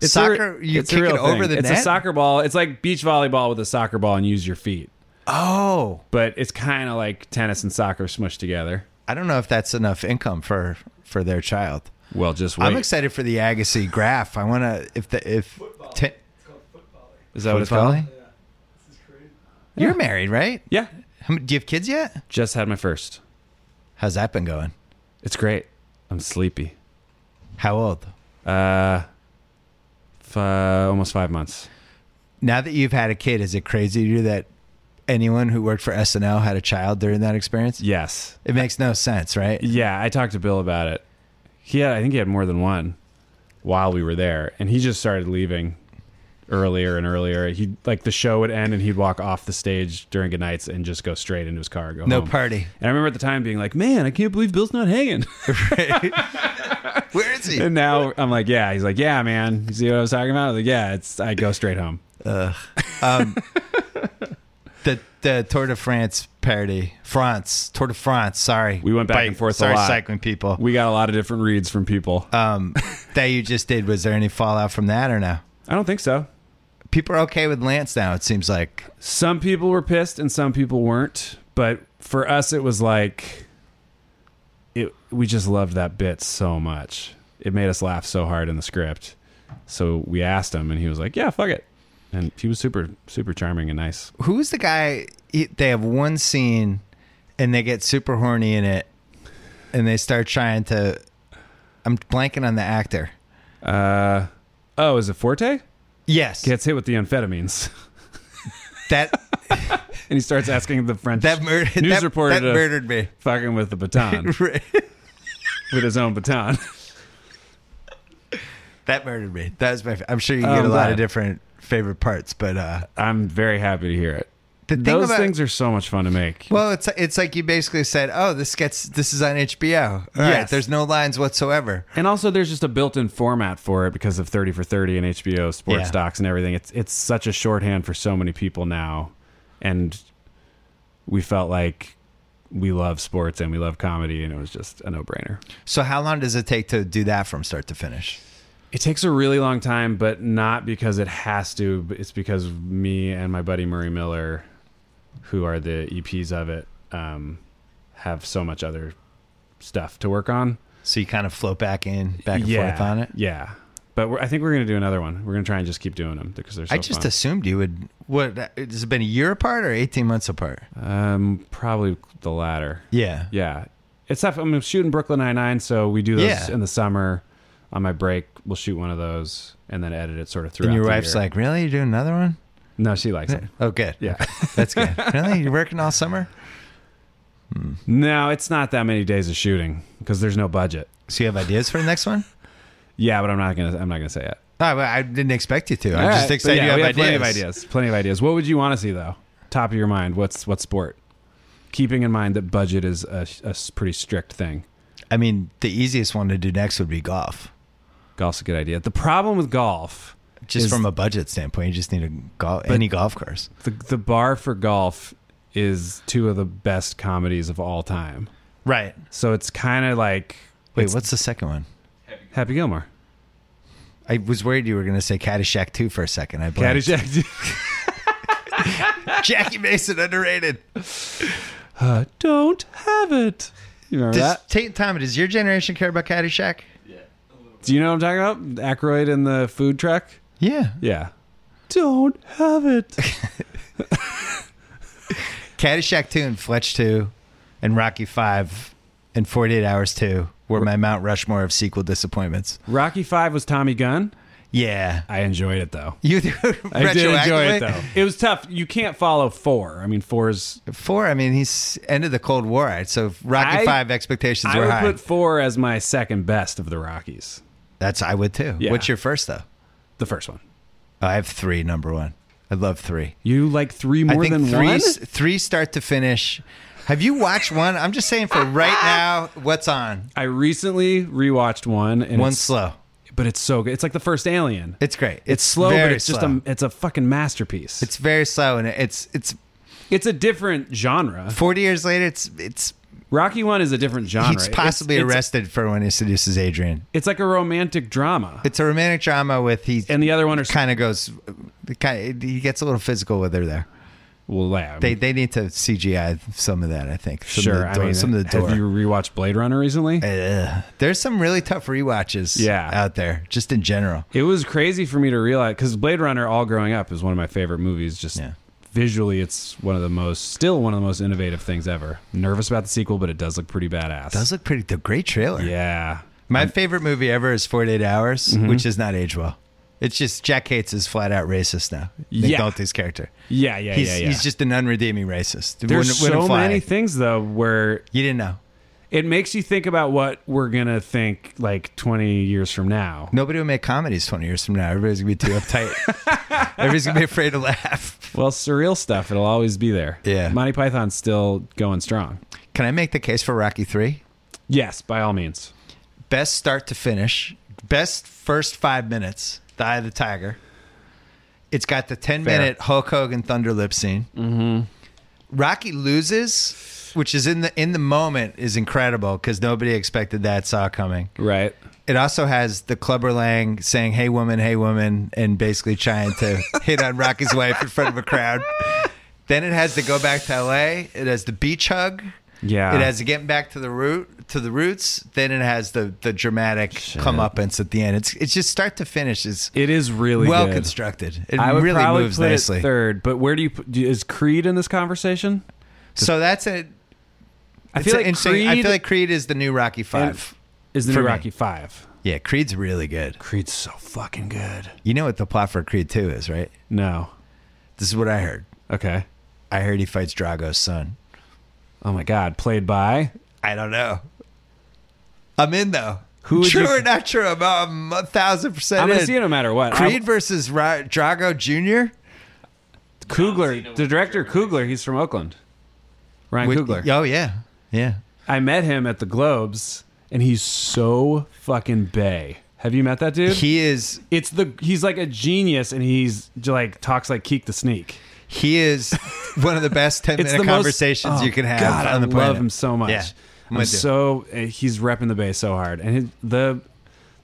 It's a-
Soccer, you
it's a
kick it
real
over
thing.
the
it's
net.
a soccer ball. It's like beach volleyball with a soccer ball and use your feet.
oh,
But it's kind of like tennis and soccer smushed together.
I don't know if that's enough income for for their child.
Well, just wait.
I'm excited for the Agassi graph. I want to if the if te-
Is that what it's
volley?
called?
You're married, right?
Yeah.
How many- Do you have kids yet?
Just had my first.
How's that been going?
It's great. I'm sleepy.
How old?
Uh, f- uh, almost five months.
Now that you've had a kid, is it crazy to you that anyone who worked for SNL had a child during that experience?
Yes.
It makes no sense, right?
Yeah, I talked to Bill about it. He had, I think he had more than one while we were there, and he just started leaving earlier and earlier. He like the show would end, and he'd walk off the stage during good nights and just go straight into his car, go
No
home.
party.
And I remember at the time being like, "Man, I can't believe Bill's not hanging."
Where is he?
and now I'm like, "Yeah." He's like, "Yeah, man." You see what I was talking about? I was like, "Yeah." It's I go straight home.
the the Tour de France parody. France, Tour de France. Sorry,
We went back and forth a
Sorry,
lot.
cycling people.
We got a lot of different reads from people.
um, that you just did. Was there any fallout from that or no?
I don't think so.
People are okay with Lance now. It seems like
some people were pissed and some people weren't but for us it was like it we just loved that bit so much it made us laugh so hard in the script so we asked him and he was like yeah fuck it and he was super super charming and nice
who's the guy? he- They have one scene, and they get super horny in it, and they start trying to. I'm blanking on the actor.
uh oh is it forte
Yes,
gets hit with the amphetamines
that
and he starts asking the french
that murdered
news
that,
reporter
that
to
murdered me.
fucking with the baton with his own baton
that murdered me. That was my. fa- I'm sure you
Oh,
get a
I'm
lot of
glad.
different favorite parts, but uh,
i'm very happy to hear it
the thing
those
about,
things are so much fun to make
Well, it's it's like you basically said, "Oh, this gets this is on HBO." All right,
Yes.
there's no lines whatsoever.
And also, there's just a built-in format for it because of 30 for 30 and HBO sports
Yeah.
docs and everything. It's it's such a shorthand for so many people now, and we felt like we love sports and we love comedy, and it was just a no-brainer.
So, how long does it take to do that from start to finish?
It takes a really long time, but not because it has to. but It's because me and my buddy Murray Miller, who are the EPs of it, um, have so much other stuff to work on.
So you kind of float back in, back and
yeah,
forth on it.
Yeah, but we're, I think we're gonna do another one. We're gonna try and just keep doing them because they're so
I just
fun.
assumed you would. What has it been a year apart or eighteen months apart?
um probably the latter.
Yeah,
Yeah, it's tough. I'm shooting Brooklyn Nine Nine, so we do those
Yeah.
in the summer. On my break, we'll shoot one of those and then edit it sort of throughout.
and your
the
wife's
year.
like, "Really, you're doing another one?"
no, she likes it.
Oh, good.
Yeah.
that's good. really, you're working all summer,
No, it's not that many days of shooting because there's no budget.
so you have ideas for the next one.
Yeah, but I'm not gonna. I'm not gonna say it.
Oh, well, I didn't expect you to.
All
I'm
right,
just
but
excited
yeah,
you have,
we
ideas.
Plenty of ideas. Plenty of ideas. What would you want to see though? Top of your mind. What's what sport? Keeping in mind that budget is a, a s- pretty strict thing.
I mean, the easiest one to do next would be golf.
Golf's a good idea. The problem with golf,
Just
Is-
from a budget standpoint, you just need a golf any golf course.
the the bar for golf is two of the best comedies of all time.
Right.
So it's kind of like
Wait,
It's-
what's the second one?
Happy Gilmore.
I was worried you were going to say Caddyshack 2 for a second. I blanked.
Caddyshack.
Jackie Mason underrated.
uh, don't have it. You remember
Does,
that?
Ta- Tom, does your generation care about Caddyshack?
Yeah.
Do you know what I'm talking about? Aykroyd in the food truck.
Yeah.
Yeah. Don't have it.
Caddyshack 2 and Fletch 2 and Rocky 5 and 48 Hours 2 were my Mount Rushmore of sequel disappointments.
Rocky Five was Tommy Gunn.
Yeah.
I enjoyed it though.
You
I did enjoy
retroactively?
it though. It was tough. You can't follow four. I mean, four is.
Four, I mean, he's ended the Cold War, right? So Rocky
I-
Five expectations
I
were
would
high.
put four as my second best of the Rockies.
That's I would too.
Yeah.
What's your first though? Oh,
The first one.
I have three. Number one, I love three.
You like three more
I think
than
three,
one?
s- three start to finish. Have you watched one? I'm just saying for right now, what's on?
I recently rewatched one, and
One
it's-
slow.
but it's so good. It's like the first Alien.
It's great. It's,
It's slow, but
very
it's just
slow.
a it's a fucking masterpiece.
It's very slow, and it's it's
It's a different genre.
40 years later. It's it's
Rocky One is a different genre.
he's possibly
it's, it's,
arrested for when he seduces Adrian.
It's like a romantic drama,
It's a romantic drama with he
and the other one are
kind of goes, kind he gets a little physical with her there.
well, yeah, I
They
mean,
they need to CGI some of that. I think. Some
sure.
Of
I
the door,
mean,
some of the door. Eh.
have you rewatched Blade Runner recently?
Ugh. There's some really tough rewatches.
Yeah.
out there, just in general.
It was crazy for me to realize because Blade Runner, all growing up, is one of my favorite movies. Just
Yeah.
visually, it's one of the most, still one of the most innovative things ever. Nervous about the sequel, but it does look pretty badass.
Does look pretty. The great trailer.
Yeah. Mm-hmm.
My favorite movie ever is 48 Hours, which is not age well. It's just Jack Cates is flat out racist now. Nick
Yeah.
Nolte's character.
Yeah, yeah,
He's,
yeah, yeah.
he's just an unredeeming racist.
There's
Wouldn't- wouldn't
so
fly.
many things though where
you didn't know.
it makes you think about what we're gonna think like 20 years from now.
Nobody will make comedies 20 years from now. Everybody's going to be too uptight. Everybody's going to be afraid to laugh.
Well, surreal stuff. It'll always be there.
Yeah.
Monty Python's still going strong.
Can I make the case for Rocky 3?
Yes, by all means.
best start to finish, best first five minutes, The Eye of the Tiger. It's got the 10
Fair.
minute Hulk Hogan Thunder lip scene. Mm-hmm. Rocky loses, which is in the in the moment is incredible because nobody expected that saw coming.
Right.
It also has the clubber lang saying "Hey woman, hey woman" and basically trying to hit on Rocky's wife in front of a crowd. Then it has to go back to L.A. It has the beach hug.
Yeah.
It has the getting back to the root to the roots. Then it has the the dramatic comeuppance at the end. It's it's just start to finish is
It is really
well
good.
constructed. It
I would
really
probably
moves
put
nicely.
it third, but where do you put, do- is Creed in this conversation?
so that's a.
I
it's
feel
an
like
interesting-
Creed
I feel like Creed is the new Rocky
and-
Five.
is the
for
new
me.
Rocky Five.
yeah, Creed's really good.
Creed's so fucking good.
You know what the plot for Creed Two is, right?
No.
This is what I heard.
Okay.
I heard he fights Drago's son.
Oh my God. Played by
I don't know. I'm in though.
Who would
true
you-
or not true? I'm, I'm a thousand percent.
I'm gonna
in.
see it no matter what.
Creed versus Ra- Drago Jr.
I- Coogler,
Valentino
the
was
director
German.
Coogler. He's from Oakland. Ryan
With-
Coogler.
Oh yeah, yeah.
I met him at the Globes, and he's so fucking bay. Have you met that dude?
He is.
it's the he's like a genius, and he's j- like talks like Keek the Sneak.
He is one of the best ten
It's
minute
the
conversations
most, oh,
you can have
God,
on the
I
planet.
love him so much.
Yeah, I'm
I'm
with you.
so uh, he's repping the bay so hard, and his, the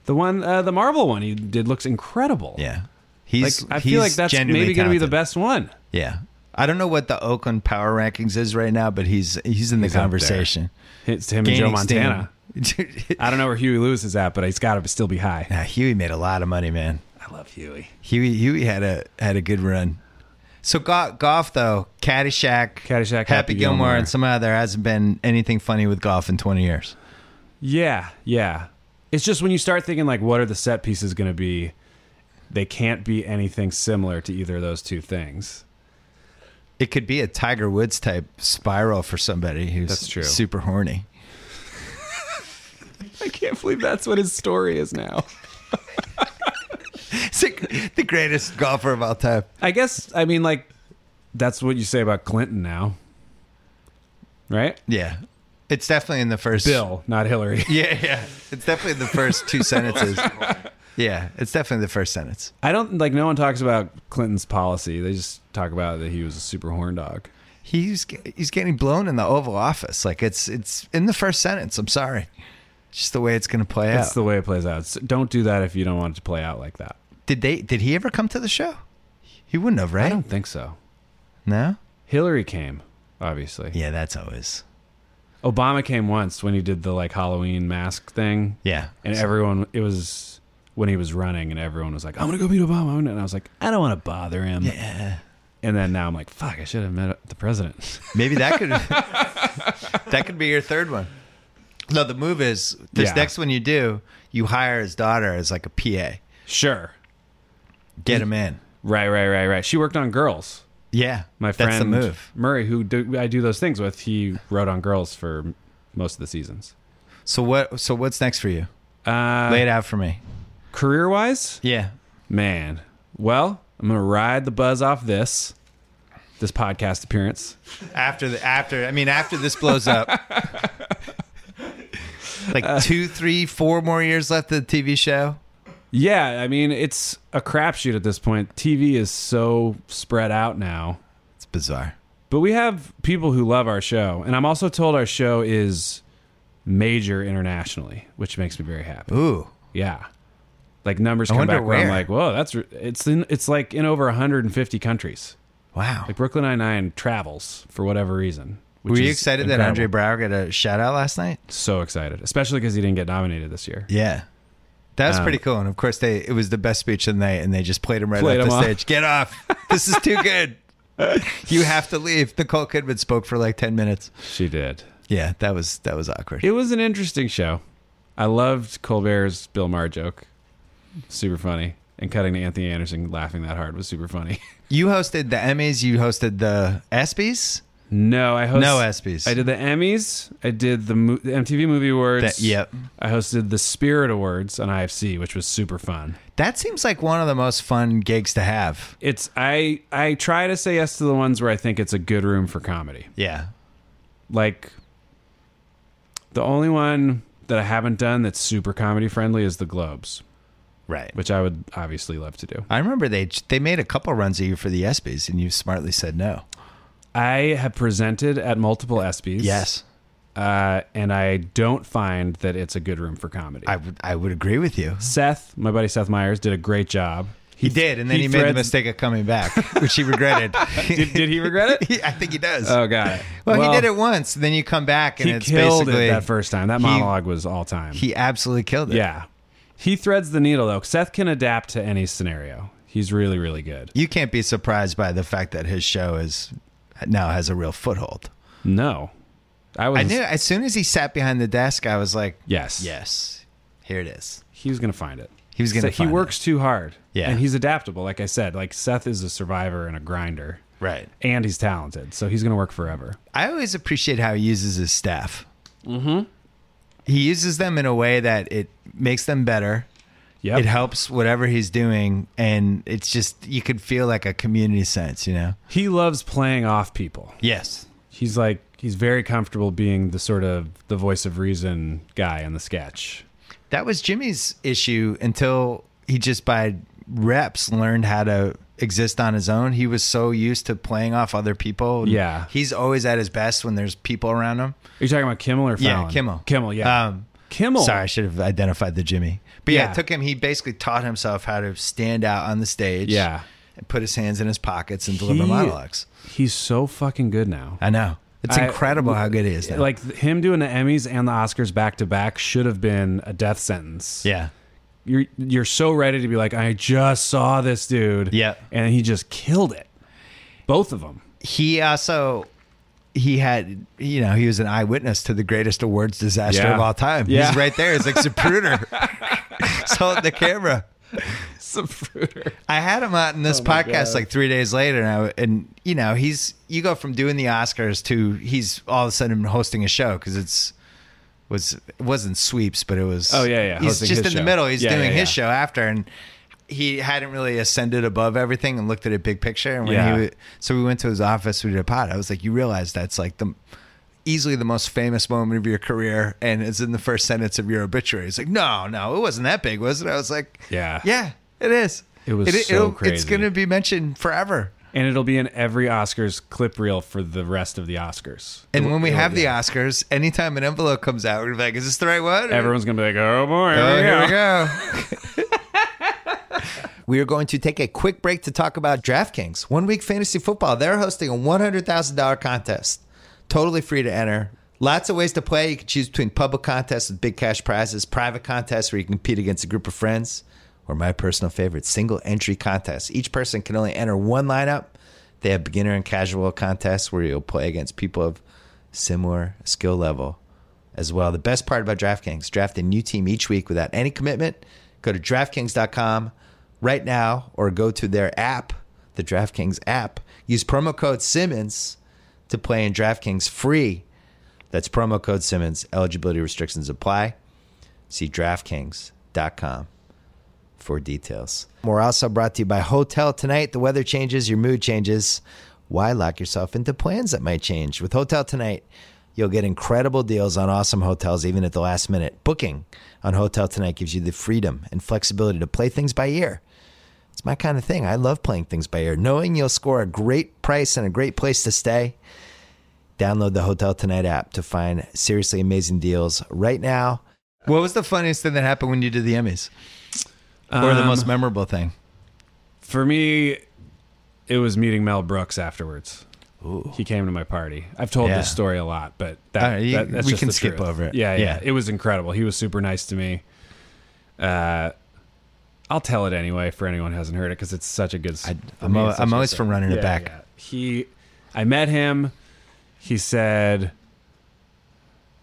the one uh, the Marvel one he did looks incredible.
Yeah,
like
he's.
I feel like
he's
that's
genuinely
maybe going to be the
talented.
best one.
Yeah, I don't know what the Oakland power rankings is right now, but he's he's in the
up there.
conversation.
It's him and Joe
Gaining steam.
Montana. I don't know where Huey Lewis is at, but he's got to still be high.
Nah, Huey made a lot of money, man.
I love Huey.
Huey Huey had a had a good run. So go- golf though, Caddyshack,
Caddyshack,
Happy,
Happy
Gilmore,
Gilmore.
and somehow there hasn't been anything funny with golf in twenty years.
Yeah, yeah. It's just when you start thinking like, what are the set pieces going to be? They can't be anything similar to either of those two things.
It could be a Tiger Woods type spiral for somebody who's
That's true.
super horny.
I can't believe that's what his story is now.
It's like the greatest golfer of all time.
I guess I mean like that's what you say about Clinton now, right?
Yeah, it's definitely in the first
Bill, not Hillary.
Yeah, yeah, it's definitely in the first two sentences. Yeah, it's definitely the first sentence.
I don't like. No one talks about Clinton's policy. They just talk about that he was a super horn dog.
He's he's getting blown in the Oval Office. Like it's it's in the first sentence. I'm sorry. Just the way it's going to play
That's
out.
the way it plays out. So don't do that if you don't want it to play out like that.
did they? Did he ever come to the show? He wouldn't have,
I
right?
don't think so.
No.
Hillary came, obviously.
Yeah, that's always.
Obama came once when he did the like Halloween mask thing.
Yeah.
And everyone, it was when he was running, and everyone was like, "I'm gonna go meet Obama," and I was like, "I don't want to bother him."
Yeah.
And then now I'm like, "Fuck, I should have met the president."
Maybe that could that could be your third one. No, the move is this
Yeah.
next one you do, you hire his daughter as like a PA.
sure.
Get him in.
Right, right, right, right. She worked on Girls.
Yeah.
My
that's
friend
the move.
Murray, who do, I do those things with, he wrote on Girls for most of the seasons.
So what so what's next for you?
Uh,
Lay it out for me.
Career wise,
Yeah.
man. Well, I'm gonna ride the buzz off this this podcast appearance.
After the after I mean after this blows up. like
Uh,
two, three, four more years left of the TV show.
Yeah, I mean it's a crapshoot at this point. TV is so spread out now,
It's bizarre.
but we have people who love our show, and I'm also told our show is major internationally, which makes me very happy.
Ooh.
Yeah. Like numbers
I
come
wonder
back where I'm
where.
like, whoa, that's re- it's in it's like in over 150 countries.
Wow.
Like Brooklyn Nine Nine travels for whatever reason. which
Were you
is
excited that
incredible.
Andre Brower got a shout out last night?
So excited, especially because he didn't get nominated this year.
Yeah. That was
Um,
pretty cool. And of course they it was the best speech of the night and they just played him right
Played
off
him
the
off.
stage. Get off. This is too good. you have to leave. Nicole Kidman spoke for like ten minutes.
She did.
Yeah, that was that was awkward.
It was an interesting show. I loved Colbert's Bill Maher joke. Super funny. And cutting to Anthony Anderson laughing that hard was super funny.
You hosted the Emmys. You hosted the ESPYS.
no, I host
No ESPYS.
I did the Emmys. I did the, mo- the MTV Movie Awards.
That- yep.
I hosted the Spirit Awards on IFC, which was super fun.
That seems like one of the most fun gigs to have.
It's I I try to say yes to the ones where I think it's a good room for comedy.
Yeah.
Like the only one that I haven't done that's super comedy friendly is the Globes,
Right.
which I would obviously love to do.
I remember they they made a couple runs of you for the ESPYS, and you smartly said no.
I have presented at multiple ESPYS.
Yes,
Uh, and I don't find that it's a good room for comedy.
I would I would agree with you.
Seth, my buddy Seth Myers, did a great job.
He did, and then he, made the
threads-
mistake of coming back, which he regretted.
Did, did he regret it?
He- I think he does.
Oh, God.
well, he did it once, and then you come back, and
He
it's
killed
basically
it that first time. That
he-
monologue was all time.
he absolutely killed it.
yeah. He threads the needle, though. Seth can adapt to any scenario. He's really, really good.
you can't be surprised by the fact that his show is now has a real foothold.
No. I was.
I knew as soon as he sat behind the desk, I was like,
Yes.
yes, here it is.
He was going to find it.
He was gonna
So
find it.
He works too hard.
Yeah.
And he's adaptable. Like I said, like Seth is a survivor and a grinder.
Right.
and he's talented, so he's gonna work forever.
I always appreciate how he uses his staff. Mm-hmm. He uses them in a way that it makes them better.
Yep.
It helps whatever he's doing, and it's just you could feel like a community sense, you know.
He loves playing off people.
Yes.
He's like he's very comfortable being the sort of the voice of reason guy in the sketch.
That was Jimmy's issue until he just by reps learned how to exist on his own. He was so used to playing off other people. and
Yeah.
He's always at his best when there's people around him.
Are you talking about Kimmel or Fallon?
Yeah, Kimmel.
Kimmel, yeah.
Um,
Kimmel.
Sorry, I should have identified the Jimmy. But yeah,
Yeah.
it took him, he basically taught himself how to stand out on the stage.
Yeah.
And put his hands in his pockets and deliver
He-
monologues.
He's so fucking good now.
I know. It's
I-
incredible how good he is now.
Like th- him doing the Emmys and the Oscars back to back should have been a death sentence.
yeah.
You're you're so ready to be like, I just saw this dude.
Yeah.
And he just killed it. Both of them.
He also he had you know, he was an eyewitness to the greatest awards disaster
Yeah.
of all time.
Yeah.
He's right there. It's like Zapruder. Sold the camera.
Zapruder.
I had him out in this
Oh my
podcast
God.
like three days later, and I, and you know he's you go from doing the Oscars to he's all of a sudden hosting a show because it's was it wasn't sweeps, but it was
Oh, yeah, yeah,
he's
hosting
just in
his
the
show.
middle he's
Yeah,
doing
yeah,
his
yeah.
show after and he hadn't really ascended above everything and looked at a big picture and when
Yeah.
he wa- so we went to his office we did a pod I was like you realize that's like the easily the most famous moment of your career and it's in the first sentence of your obituary he's like no no it wasn't that big was it I was like
Yeah.
yeah, it is.
It was so
it'll- It's
crazy.
going to be mentioned forever.
and it'll be in every Oscars clip reel for the rest of the Oscars.
And when we
It'll-
have the Oscars, anytime an envelope comes out, we're like, is this the right one?
everyone's gonna be like, "Oh boy, here
Oh,
we
here we
go."
go. we are going to take a quick break to talk about DraftKings. One week fantasy football. They're hosting a $100,000 contest. Totally free to enter. Lots of ways to play. You can choose between public contests with big cash prizes, private contests where you compete against a group of friends, or my personal favorite, single entry contests. Each person can only enter one lineup. They have beginner and casual contests where you'll play against people of similar skill level as well. The best part about DraftKings, draft a new team each week without any commitment. Go to DraftKings.com right now or go to their app, the DraftKings app. Use promo code Simmons to play in DraftKings free. That's promo code Simmons. Eligibility restrictions apply. See DraftKings.com for details. We're also brought to you by Hotel Tonight. The weather changes, your mood changes. Why lock yourself into plans that might change? With Hotel Tonight, you'll get incredible deals on awesome hotels, even at the last minute. Booking on Hotel Tonight gives you the freedom and flexibility to play things by ear. It's my kind of thing. I love playing things by ear. Knowing you'll score a great price and a great place to stay. Download the Hotel Tonight app to find seriously amazing deals right now. What was the funniest thing that happened when you did the Emmys? or the
Um,
most memorable thing.
For me, it was meeting Mel Brooks afterwards. He came to my party. I've told
Yeah.
this story a lot, but that,
All right, you-
that- that's
we
just
can
the
skip
truth.
over it.
Yeah, yeah,
Yeah.
It was incredible. He was super nice to me. Uh, I'll tell it anyway for anyone who hasn't heard it because it's such a good.
I,
for
I'm,
me,
al-
it's such
I'm
a
always
good
from running it
Yeah,
back.
yeah. He, I met him. He said,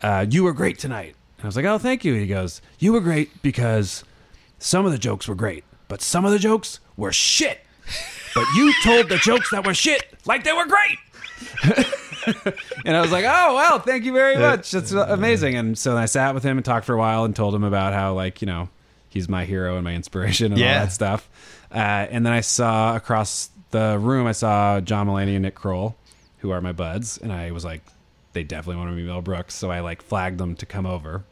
uh, "You were great tonight." And I was like, "Oh, thank you." He goes, "You were great because some of the jokes were great, but some of the jokes were shit. But you told the jokes that were shit like they were great." and I was like, "Oh, well, thank you very much. That's amazing." And so I sat with him and talked for a while and told him about how, like, you know, he's my hero and my inspiration and
Yeah.
all that stuff. Uh, and then I saw across the room, I saw John Mulaney and Nick Kroll, who are my buds, and I was like, "They definitely want to meet Mel Brooks," so I like flagged them to come over.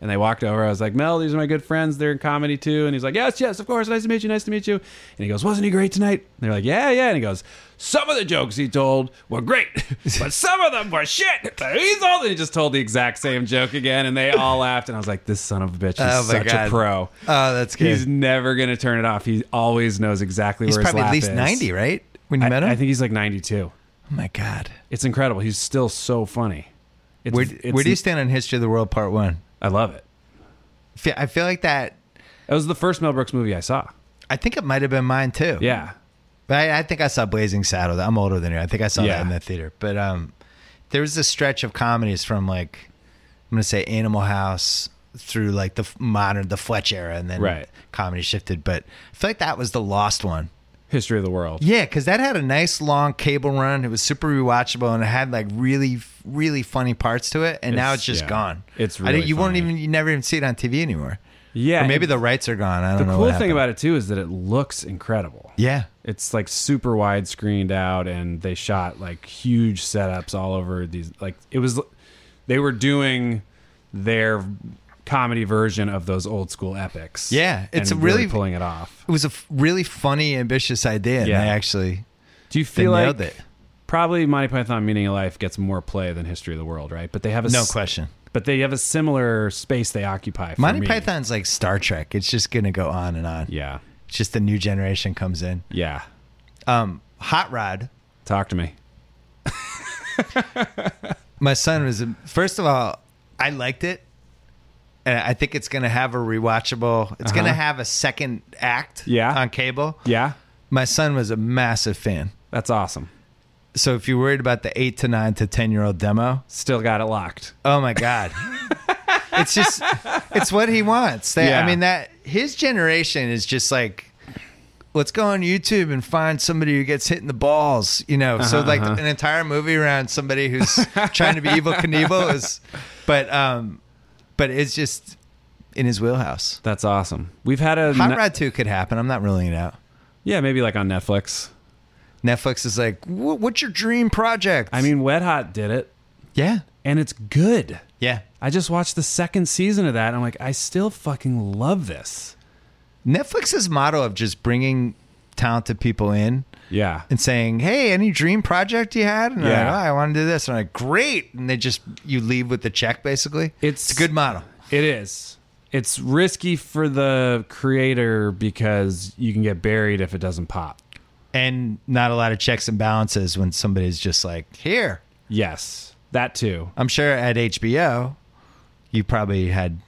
And they walked over. I was like, Mel, these are my good friends. They're in comedy too. And he's like, Yes, yes, of course. Nice to meet you. Nice to meet you. And he goes, Wasn't he great tonight? And they're like, Yeah, yeah. And he goes, Some of the jokes he told were great, but some of them were shit. But he's old. And he just told the exact same joke again. And they all laughed. And I was like, This son of a bitch is
Oh, my
such
God.
a pro.
Oh, that's good.
He's
He's,
never going to turn it off. He always knows exactly where his
probably at
laugh
least
is.
90, right? When you
I,
met him?
I think he's like 92.
oh, my God.
It's incredible. He's still so funny. It's,
Where,
it's-
where do you stand on History of the World Part 1?
I love it.
I feel- I feel like that,
That was the first Mel Brooks movie I saw.
I think it might have been mine too.
Yeah.
But I, I think I saw Blazing Saddles. I'm older than you. I think I saw
Yeah.
that in the theater. But um, there was this stretch of comedies from like I'm gonna say Animal House through like the f- modern the Fletch era, and then
Right.
comedy shifted. But I feel like that was the lost one.
History of the World.
Yeah, because that had a nice long cable run. It was super rewatchable, and it had like really, really funny parts to it. And now
It's-
it's just
yeah.
gone.
It's
I, don't-
really
you won't
funny.
even you never even see it on TV anymore.
Yeah.
or maybe
and
the rights are gone. I don't
the
know.
cool
what
thing
happened.
about it too is that it looks incredible.
yeah,
It's like super wide screened out and they shot like huge setups all over these like it was they were doing their comedy version of those old school epics.
Yeah, it's
and
really-
pulling it off.
it was a f- really funny, ambitious idea, and
Yeah.
they actually
Do you
they
feel
nailed
like
it.
probably Monty Python Meaning of Life gets more play than History of the World, right? But they have a
No
s-
question.
But they have a similar space they occupy. For
Monty
me.
Python's like Star Trek. It's just gonna go on and on.
Yeah.
It's just the new generation comes in.
Yeah.
Um, Hot Rod.
Talk to me.
My son was first of all, I liked it. And I think it's gonna have a rewatchable. It's gonna
Uh-huh.
have a second act.
Yeah.
on cable.
Yeah.
My son was a massive fan.
That's awesome.
So if you're worried about the eight to nine to ten year old demo,
Still got it locked.
Oh my god. it's just it's what he wants. They, I
Yeah.
mean that his generation is just like let's go on YouTube and find somebody who gets hit in the balls, you know.
Uh-huh,
so like an entire movie around somebody who's trying to be evil Knievel is but um but it's just in his wheelhouse.
That's awesome. We've had a
Hot
ne-
Rod 2 could happen. I'm not ruling it out.
yeah, maybe like on Netflix.
Netflix is like, "Wh- what's your dream project?
I mean, Wet Hot did it,
yeah.
and it's good.
Yeah.
I just watched the second season of that. And I'm like, I still fucking love this.
Netflix's motto of just bringing
talented people in
Yeah.
and saying, "Hey, any dream project you had?" And they're
Yeah.
like, "Oh, I want to do this." And I'm like, "Great!" And they just you leave with the check basically.
It's-
a good model.
It is. It's risky for the creator because you can get buried if it doesn't pop.
and not a lot of checks and balances when somebody's just like, here.
Yes, that too.
I'm sure at HBO, you probably had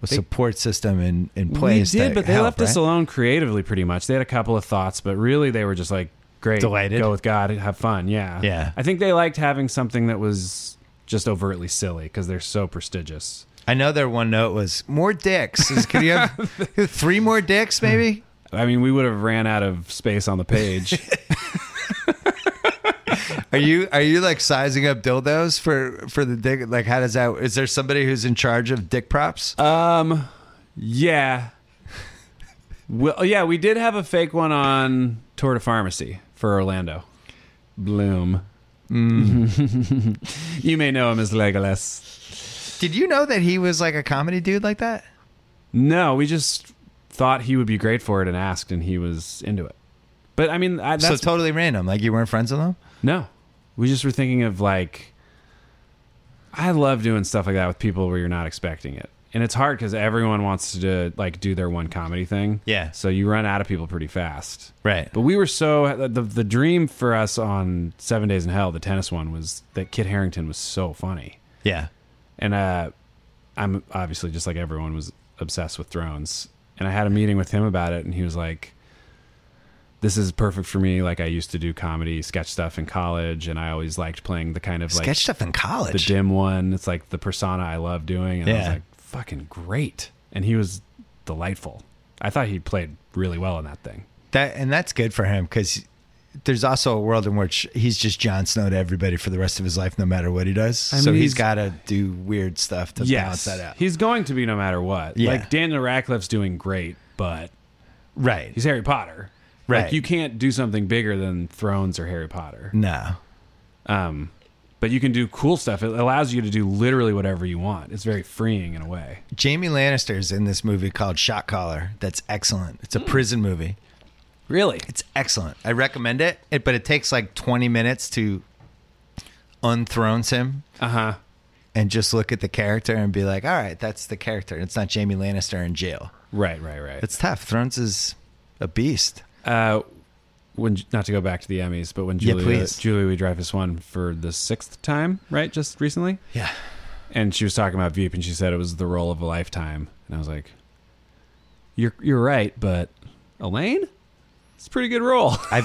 a support system in, in place.
we did,
that
but they left
helped,
us
right?
alone creatively pretty much. They had a couple of thoughts, but really they were just like, great,
Delighted.
go with God, have fun. Yeah.
Yeah.
I think they liked having something that was just overtly silly because they're so prestigious.
I know their one note was more dicks. Is- Could you have three more dicks, maybe?
I mean, we would have ran out of space on the page.
Are you are you like sizing up dildos for for the dick? Like, how does that? Is there somebody who's in charge of dick props?
Um, yeah. Well, yeah, we did have a fake one on tour to pharmacy for Orlando. Bloom.
Mm.
you may know him as Legolas.
Did you know that he was like a comedy dude like that?
No, we just thought he would be great for it and asked, and he was into it. But I mean, I,
so
that's
totally random. Like you weren't friends with him.
no. We just were thinking of like, I love doing stuff like that with people where you're not expecting it, and it's hard because everyone wants to like do their one comedy thing.
Yeah.
So you run out of people pretty fast.
Right.
But we were so the the dream for us on Seven Days in Hell, the tennis one, was that Kit Harrington was so funny,
Yeah.
and uh, I'm obviously just like everyone was obsessed with Thrones, and I had a meeting with him about it, and he was like, "This is perfect for me. Like I used to do comedy sketch stuff in college, and I always liked playing the kind of like
Sketch stuff in
the
college.
dim one. It's like the persona I love doing, and I was
Yeah.
like, fucking great, and he was delightful. I thought he played really well in that thing.
That and that's good for him because there's also a world in which he's just Jon Snow to everybody for the rest of his life, no matter what he does.
I
so
mean,
he's
he's-
got to do weird stuff to balance that out.
He's going to be no matter what.
Yeah.
Like Daniel Radcliffe's doing great, but
right?
he's Harry Potter.
Right.
Like you can't do something bigger than Thrones or Harry Potter.
no,
Um but you can do cool stuff. It allows you to do literally whatever you want. It's very freeing in a way.
Jamie Lannister's in this movie called Shot Caller. That's excellent.
Mm.
It's a prison movie.
Really?
It's excellent. I recommend it. it but it takes like 20 minutes to unthrones him
Uh-huh.
and just look at the character and be like, all right, that's the character. It's not Jamie Lannister in jail.
Right, right, right.
It's tough. Thrones is a beast.
uh when not to go back to the Emmys, but when
Yeah,
Julia
please.
Julia Louis Dreyfus won for the sixth time, right? Just recently?
Yeah.
and she was talking about Veep, and she said it was the role of a lifetime, and I was like, "You're you're right, but Elaine, it's a pretty good role.
I've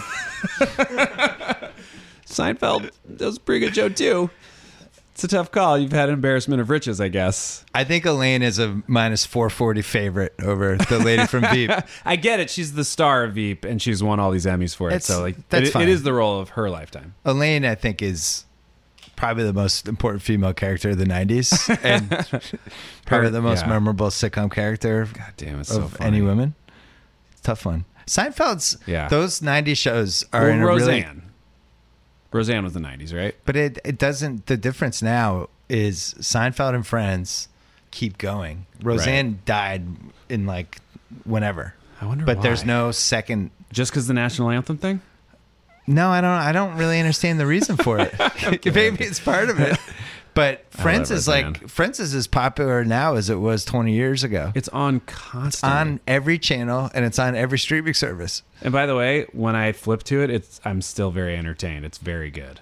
Seinfeld does a pretty good job too. It's a tough call. You've had embarrassment of riches, I guess.
I think Elaine is a minus 440 favorite over the lady from Veep.
I get it. She's the star of Veep, and she's won all these Emmys for it.
It's-
so like,
that's
it-
fine.
it is the role of her lifetime.
Elaine, I think, is probably the most important female character of the 90s and probably the most
yeah.
memorable sitcom character
God damn, it's so
of
funny.
any women. Tough one. Seinfeld's,
Yeah.
those 90s shows are
Well,
in a
Roseanne.
really.
Roseanne was the '90s, right?
But it, it doesn't, the difference now is Seinfeld and Friends keep going. Roseanne died in like whenever.
I wonder.
But
why.
there's no second
just because the national anthem thing.
No, I don't. I don't really understand the reason for it. Maybe it's part of it. But Friends
love
is
that
like
band.
Friends is as popular now as it was 20 years ago. It's
It's on constantly.
on every channel and it's on every streaming service.
And by the way, when I flip to it, it's I'm still very entertained. It's very good.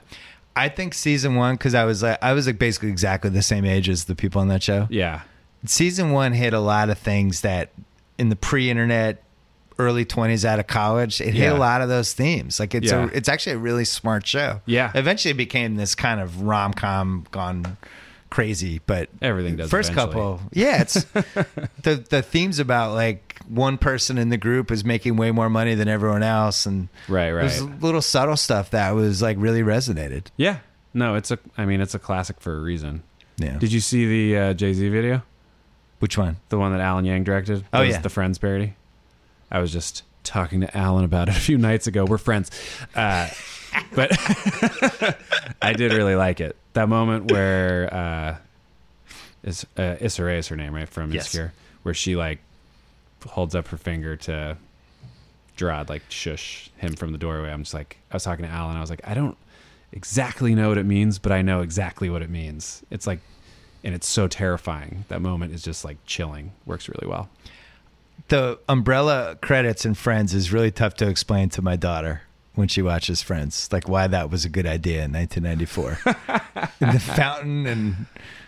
I think season one because I was like I was like basically exactly the same age as the people on that show.
Yeah.
Season one hit a lot of things that in the pre-internet, early 20s out of college, it hit
Yeah.
a lot of those themes. Like it's
Yeah.
a, it's actually a really smart show.
Yeah.
eventually it became this kind of rom com gone crazy, but
Everything does
first
eventually.
couple yeah it's the the themes about like one person in the group is making way more money than everyone else and
Right,
there's
right.
little subtle stuff that was like really resonated
Yeah. No, it's a I mean, it's a classic for a reason.
yeah
Did you see the uh, Jay-Z video?
which one
The one that Alan Yang directed? That
Oh,
was
yeah.
The Friends parody. I was just talking to Alan about it a few nights ago. We're friends. Uh, but I did really like it. That moment where uh, is uh, Issa Rae is her name, right? From
Yes.
Insecure, where she like holds up her finger to Gerard like shush him from the doorway. I'm just like I was talking to Alan. I was like I don't exactly know what it means, but I know exactly what it means. It's like, and it's so terrifying. That moment is just like chilling. Works really well.
the umbrella credits in Friends is really tough to explain to my daughter when she watches Friends, like why that was a good idea in 1994. and the fountain and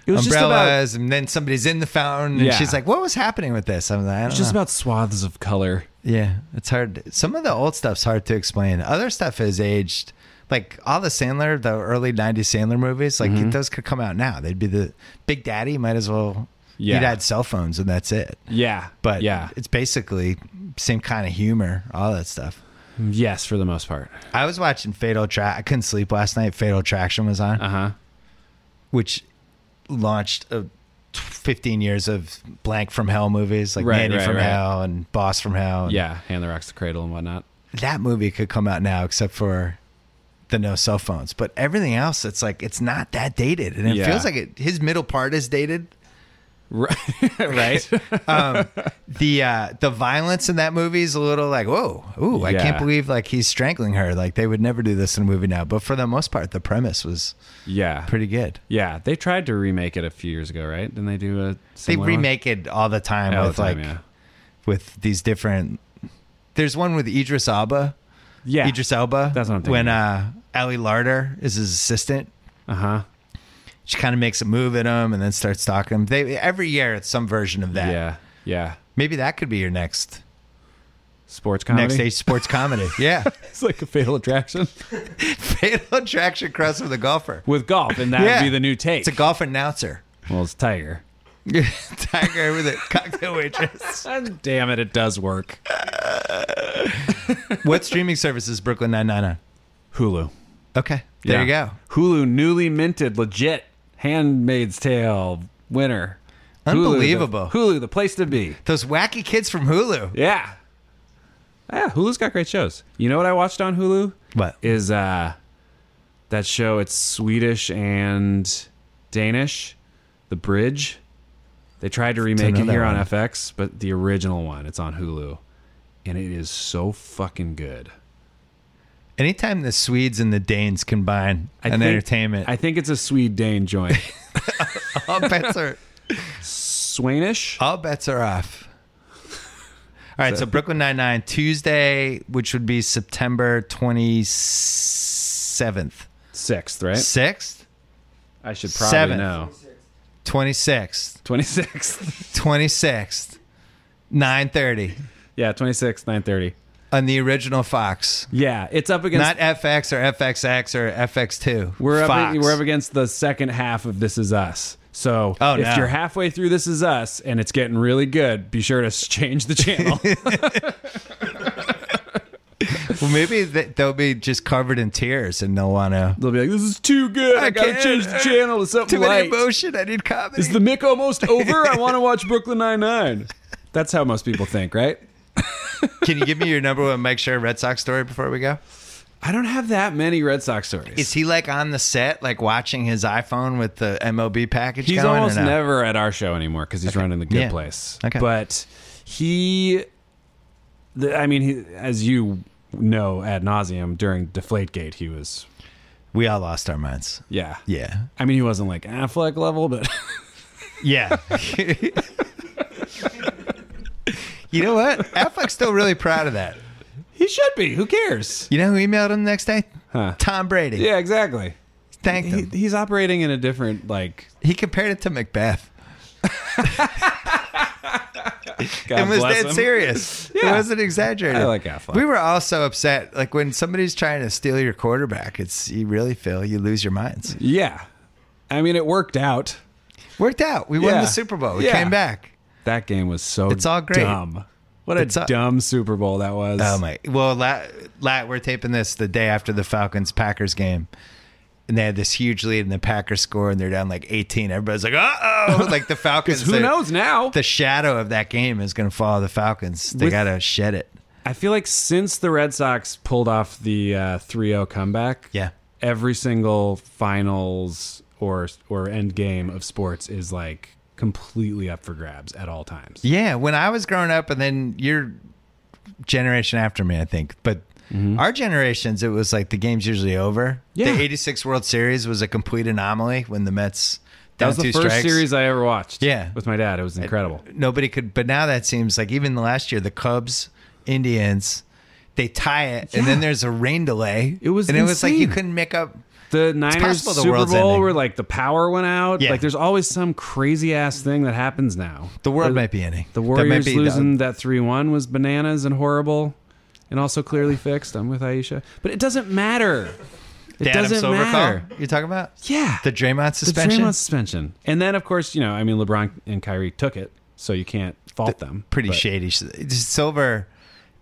It was just about-
umbrellas, and then somebody's in the fountain, and
Yeah.
she's like, "What was happening with this?" I'm like, I don't
It's just
know.
about swaths of color.
yeah, it's hard. Some of the old stuff's hard to explain. Other stuff is aged. Like all the Sandler, the early '90s Sandler movies, like
Mm-hmm.
those could come out now. They'd be the Big Daddy. Might as well.
Yeah.
You'd add cell phones, and that's it
Yeah,
but
yeah,
it's basically same kind of humor, all that stuff.
yes, for the most part.
I was watching Fatal Track. I couldn't sleep last night. Fatal Attraction was on,
Uh huh.
which launched a 15 years of blank from hell movies like
Right,
Nanny
right,
from
right.
Hell and Boss from Hell.
Yeah, hand the rocks the cradle and whatnot.
That movie could come out now except for the no cell phones. But everything else, it's like it's not that dated. And it
Yeah.
feels like it, his middle part is dated.
Right, right.
Um, the uh the violence in that movie is a little like whoa ooh I can't
Yeah.
believe like he's strangling her like they would never do this in a movie now but for the most part the premise was
yeah,
pretty good
yeah. They tried to remake it a few years ago, right? Didn't they do a
they
similar one?
remake it all the time
All the
with
time,
like
yeah.
with these different there's one with Idris Elba
yeah.
Idris Elba
That's what I'm thinking
when uh Ellie Larder is his assistant
Uh huh.
she kind of makes a move at him and then starts stalking him they every year it's some version of that
Yeah, yeah.
maybe that could be your next
Sports comedy.
next age sports comedy yeah
it's like a fatal attraction
fatal attraction cross with a golfer
with golf, and that
Yeah.
would be the new take.
it's a golf announcer
well, it's Tiger.
Tiger with a cocktail waitress.
Damn it, it does work.
What streaming service is Brooklyn Nine Nine on?
Hulu.
Okay, there you go.
Hulu, newly minted, legit Handmaid's Tale winner. Hulu, the-
Unbelievable.
Hulu, the place to be.
Those wacky kids from Hulu.
Yeah. Yeah, Hulu's got great shows. You know what I watched on Hulu?
What?
Is uh that show it's Swedish and Danish, The Bridge. They tried to remake it
another
here on
one.
FX, but the original one, it's on Hulu. And it is so fucking good.
Anytime the Swedes and the Danes combine
I
in
think-
entertainment,
I think it's a Swede Dane joint.
all bets are
Swanish?
all bets are off. All right, so, Brooklyn Nine Nine Tuesday, which would be September twenty seventh,
Sixth, right?
sixth,
I should probably
Seventh.
know.
twenty sixth,
Twenty sixth.
twenty sixth, nine thirty
yeah, twenty sixth, nine thirty.
on the original Fox.
Yeah, it's up against
Not FX or FXX or FX2.
We're up,
Fox.
we're up against the second half of This Is Us. So
Oh,
if
no.
you're halfway through This Is Us and it's getting really good, be sure to s- change the channel.
well, maybe th- they'll be just covered in tears and they'll want to.
They'll be like, "This is too good. I, gotta
can't.
change the channel to something
Too many
light."
emotion. I need comedy.
Is the Mick almost over? I want to watch Brooklyn Nine Nine. That's how most people think, right?
Can you give me your number one Mike Sure Red Sox story before we go?
I don't have that many Red Sox stories.
Is he like on the set, like watching his iPhone with the MLB package?
He's
going or
almost
no?
never at our show anymore because he's running the good
Yeah.
place.
Okay.
But he, the, I mean, he, as you know ad nauseum during Deflategate, he was,
We all lost our minds.
yeah.
Yeah.
I mean, he wasn't like Affleck level, but
Yeah. you know what? Affleck's still really proud of that.
he should be. Who cares?
You know who emailed him the next day?
Huh.
Tom Brady.
Yeah, exactly.
Thanked
He,
him.
he's operating in a different like.
He compared it to Macbeth.
God
it was
bless
dead
him.
serious.
Yeah.
It wasn't exaggerated.
I like Affleck.
We were all so upset. Like when somebody's trying to steal your quarterback, it's you really feel you lose your minds.
Yeah, I mean, it worked out.
Worked out. We won
Yeah.
the Super Bowl. We
Yeah.
came back.
That game was so.
It's all great.
Dumb. What a
It's all-
dumb Super Bowl that was.
Oh my! Well, Lat, Lat, we're taping this the day after the Falcons Packers game, and they had this huge lead, and the Packers score, and they're down like eighteen. Everybody's like, "Uh oh!" Like the Falcons.
Who
they're-
knows now?
The shadow of that game is going to follow the Falcons. They
With-
gotta shed it.
I feel like since the Red Sox pulled off the uh, 3-0 comeback,
Yeah.
every single finals or or end game of sports is like completely up for grabs at all times.
Yeah, when I was growing up, and then your generation after me, I think. But our generations, it was like the game's usually over.
Mm-hmm. Yeah.
The '86 World Series was a complete anomaly when the Mets.
That
down
was the
two
first
strikes.
series I ever watched.
Yeah.
with my dad, it was incredible.
Nobody could, but now that seems like even the last year, the Cubs, Indians, they tie it, and then there's a rain delay.
It was
and it was like you
insane.
couldn't make up.
The Niners
possible the
Super
world's
Bowl
ending.
where like the power went out.
Yeah.
Like there's always some crazy ass thing that happens now.
The world might be ending.
The
That might
Warriors
be the-
losing that three one was bananas and horrible, and also clearly fixed. I'm with Aisha, but it doesn't matter. It
the Adam
doesn't
Silver
matter.
call you're talking about.
Yeah,
The Draymond
The
suspension.
Draymond suspension, and then of course you know I mean LeBron and Kyrie took it, so you can't fault them.
pretty
but-
shady. Just Silver.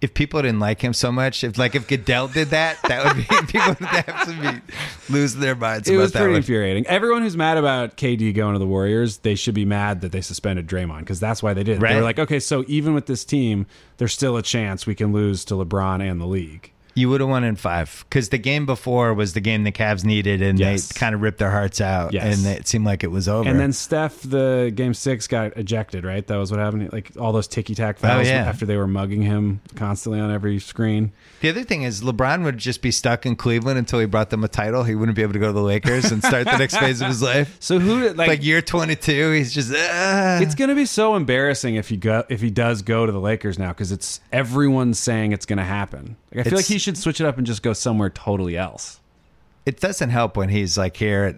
If people didn't like him so much, if like if Goodell did that, that would be people would have to be losing their minds.
It
about
was
that
pretty
one.
infuriating. Everyone who's mad about KD going to the Warriors, they should be mad that they suspended Draymond because that's why they did. it. They
Right.
were like, okay, so even with this team, there's still a chance we can lose to LeBron and the league.
You would have won in five because the game before was the game the Cavs needed, and
Yes.
they kind of ripped their hearts out,
Yes.
and it seemed like it was over.
And then Steph, the game six, got ejected. Right, that was what happened. Like all those ticky tack fouls
Oh, yeah.
after they were mugging him constantly on every screen.
the other thing is LeBron would just be stuck in Cleveland until he brought them a title. He wouldn't be able to go to the Lakers and start the next phase of his life.
So who did like?
Like year twenty two, he's just ah.
it's gonna be so embarrassing if he go if he does go to the Lakers now because it's everyone's saying it's gonna happen. Like, I feel
It's-
like he should switch it up and just go somewhere totally else.
it doesn't help when he's like here at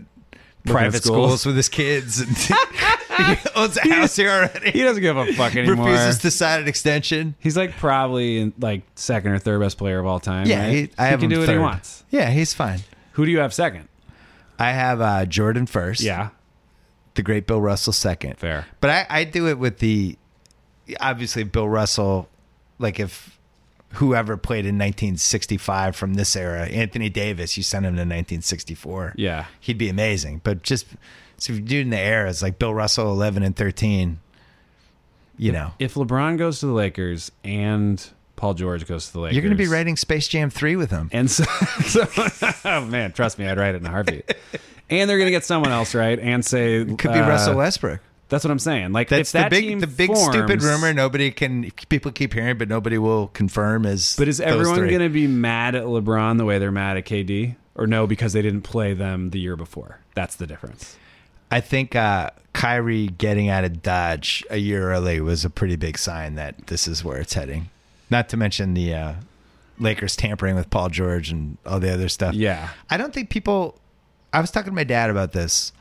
private
schools.
schools with his kids and he owns a house here already.
He doesn't give a fuck anymore.
Refuses to sign an extension.
He's like probably in, like second or third best player of all time.
Yeah,
right?
he, I have
can
him
do what he
third.
wants.
Yeah, he's fine.
Who do you have second?
I have uh, Jordan first.
Yeah,
the great Bill Russell second.
fair.
But I, I do it with the obviously Bill Russell, like if whoever played in 1965 from this era, Anthony Davis, you send him to 1964.
Yeah,
he'd be amazing. But just so if you do it in the eras like Bill Russell, eleven and thirteen, you know,
if LeBron goes to the Lakers and Paul George goes to the Lakers,
you're going to be writing Space Jam three with him.
And so, so oh man, trust me, I'd write it in a heartbeat. and they're gonna get someone else right and say
Could be Russell Westbrook.
That's what I'm saying. Like
That's
if Uh, that
the big,
team
the big
forms-
stupid rumor. Nobody can people keep hearing, but nobody will confirm. Is
But is
those
everyone
three.
going to be mad at LeBron the way they're mad at KD? Or no, because they didn't play them the year before? That's the difference.
I think uh, Kyrie getting out of Dodge a year early was a pretty big sign that this is where it's heading. Not to mention the uh, Lakers tampering with Paul George and all the other stuff.
Yeah.
I don't think people. I was talking to my dad about this.